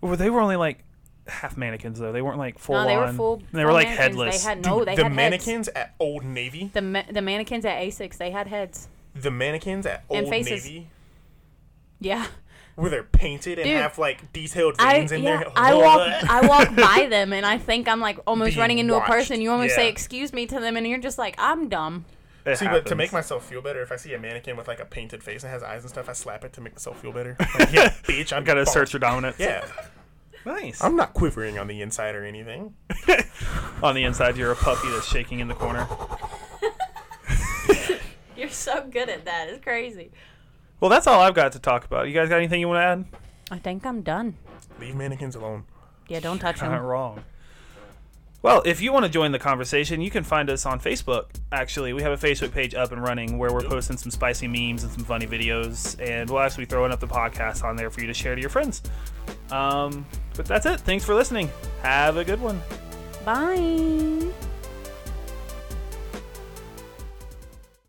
B: Well, they were only like half mannequins though. They weren't like full
D: No, they were
B: on.
D: full.
B: They were
D: full
B: like
D: mannequins.
B: headless.
D: They had no. They
C: the
D: had heads.
C: mannequins at Old Navy.
D: The ma- the mannequins at Asics. They had heads.
C: The mannequins at
D: And
C: Old
D: faces.
C: Navy,
D: Yeah.
C: where they're painted and
D: Dude,
C: have like detailed
D: I
C: veins in
D: yeah.
C: there.
D: I walk I walk by them and I think I'm like almost
C: Being
D: running into
C: watched.
D: a person. You almost say
C: Yeah.
D: excuse me to them, and you're just like I'm dumb.
B: It
C: See, but to make
B: happens.
C: myself feel better, if I see a mannequin with like a painted face and has eyes and stuff, I slap it to make myself feel better. Like, yeah, bitch, I'm
B: I gotta
C: bald.
B: search your dominance.
C: Yeah,
B: Nice.
C: I'm not quivering on the inside or anything.
B: On the inside, you're a puppy that's shaking in the corner.
D: You're so good at that. It's crazy.
B: Well, that's all I've got to talk about. You guys got anything you want to add?
D: I think I'm done.
C: Leave mannequins alone.
D: Yeah, don't touch
B: Not
D: them.
B: wrong. Well, if you want to join the conversation, you can find us on Facebook. Actually, we have a Facebook page up and running where we're posting some spicy memes and some funny videos, and we'll actually be throwing up the podcast on there for you to share to your friends. Um, but that's it. Thanks for listening. Have a good one.
D: Bye.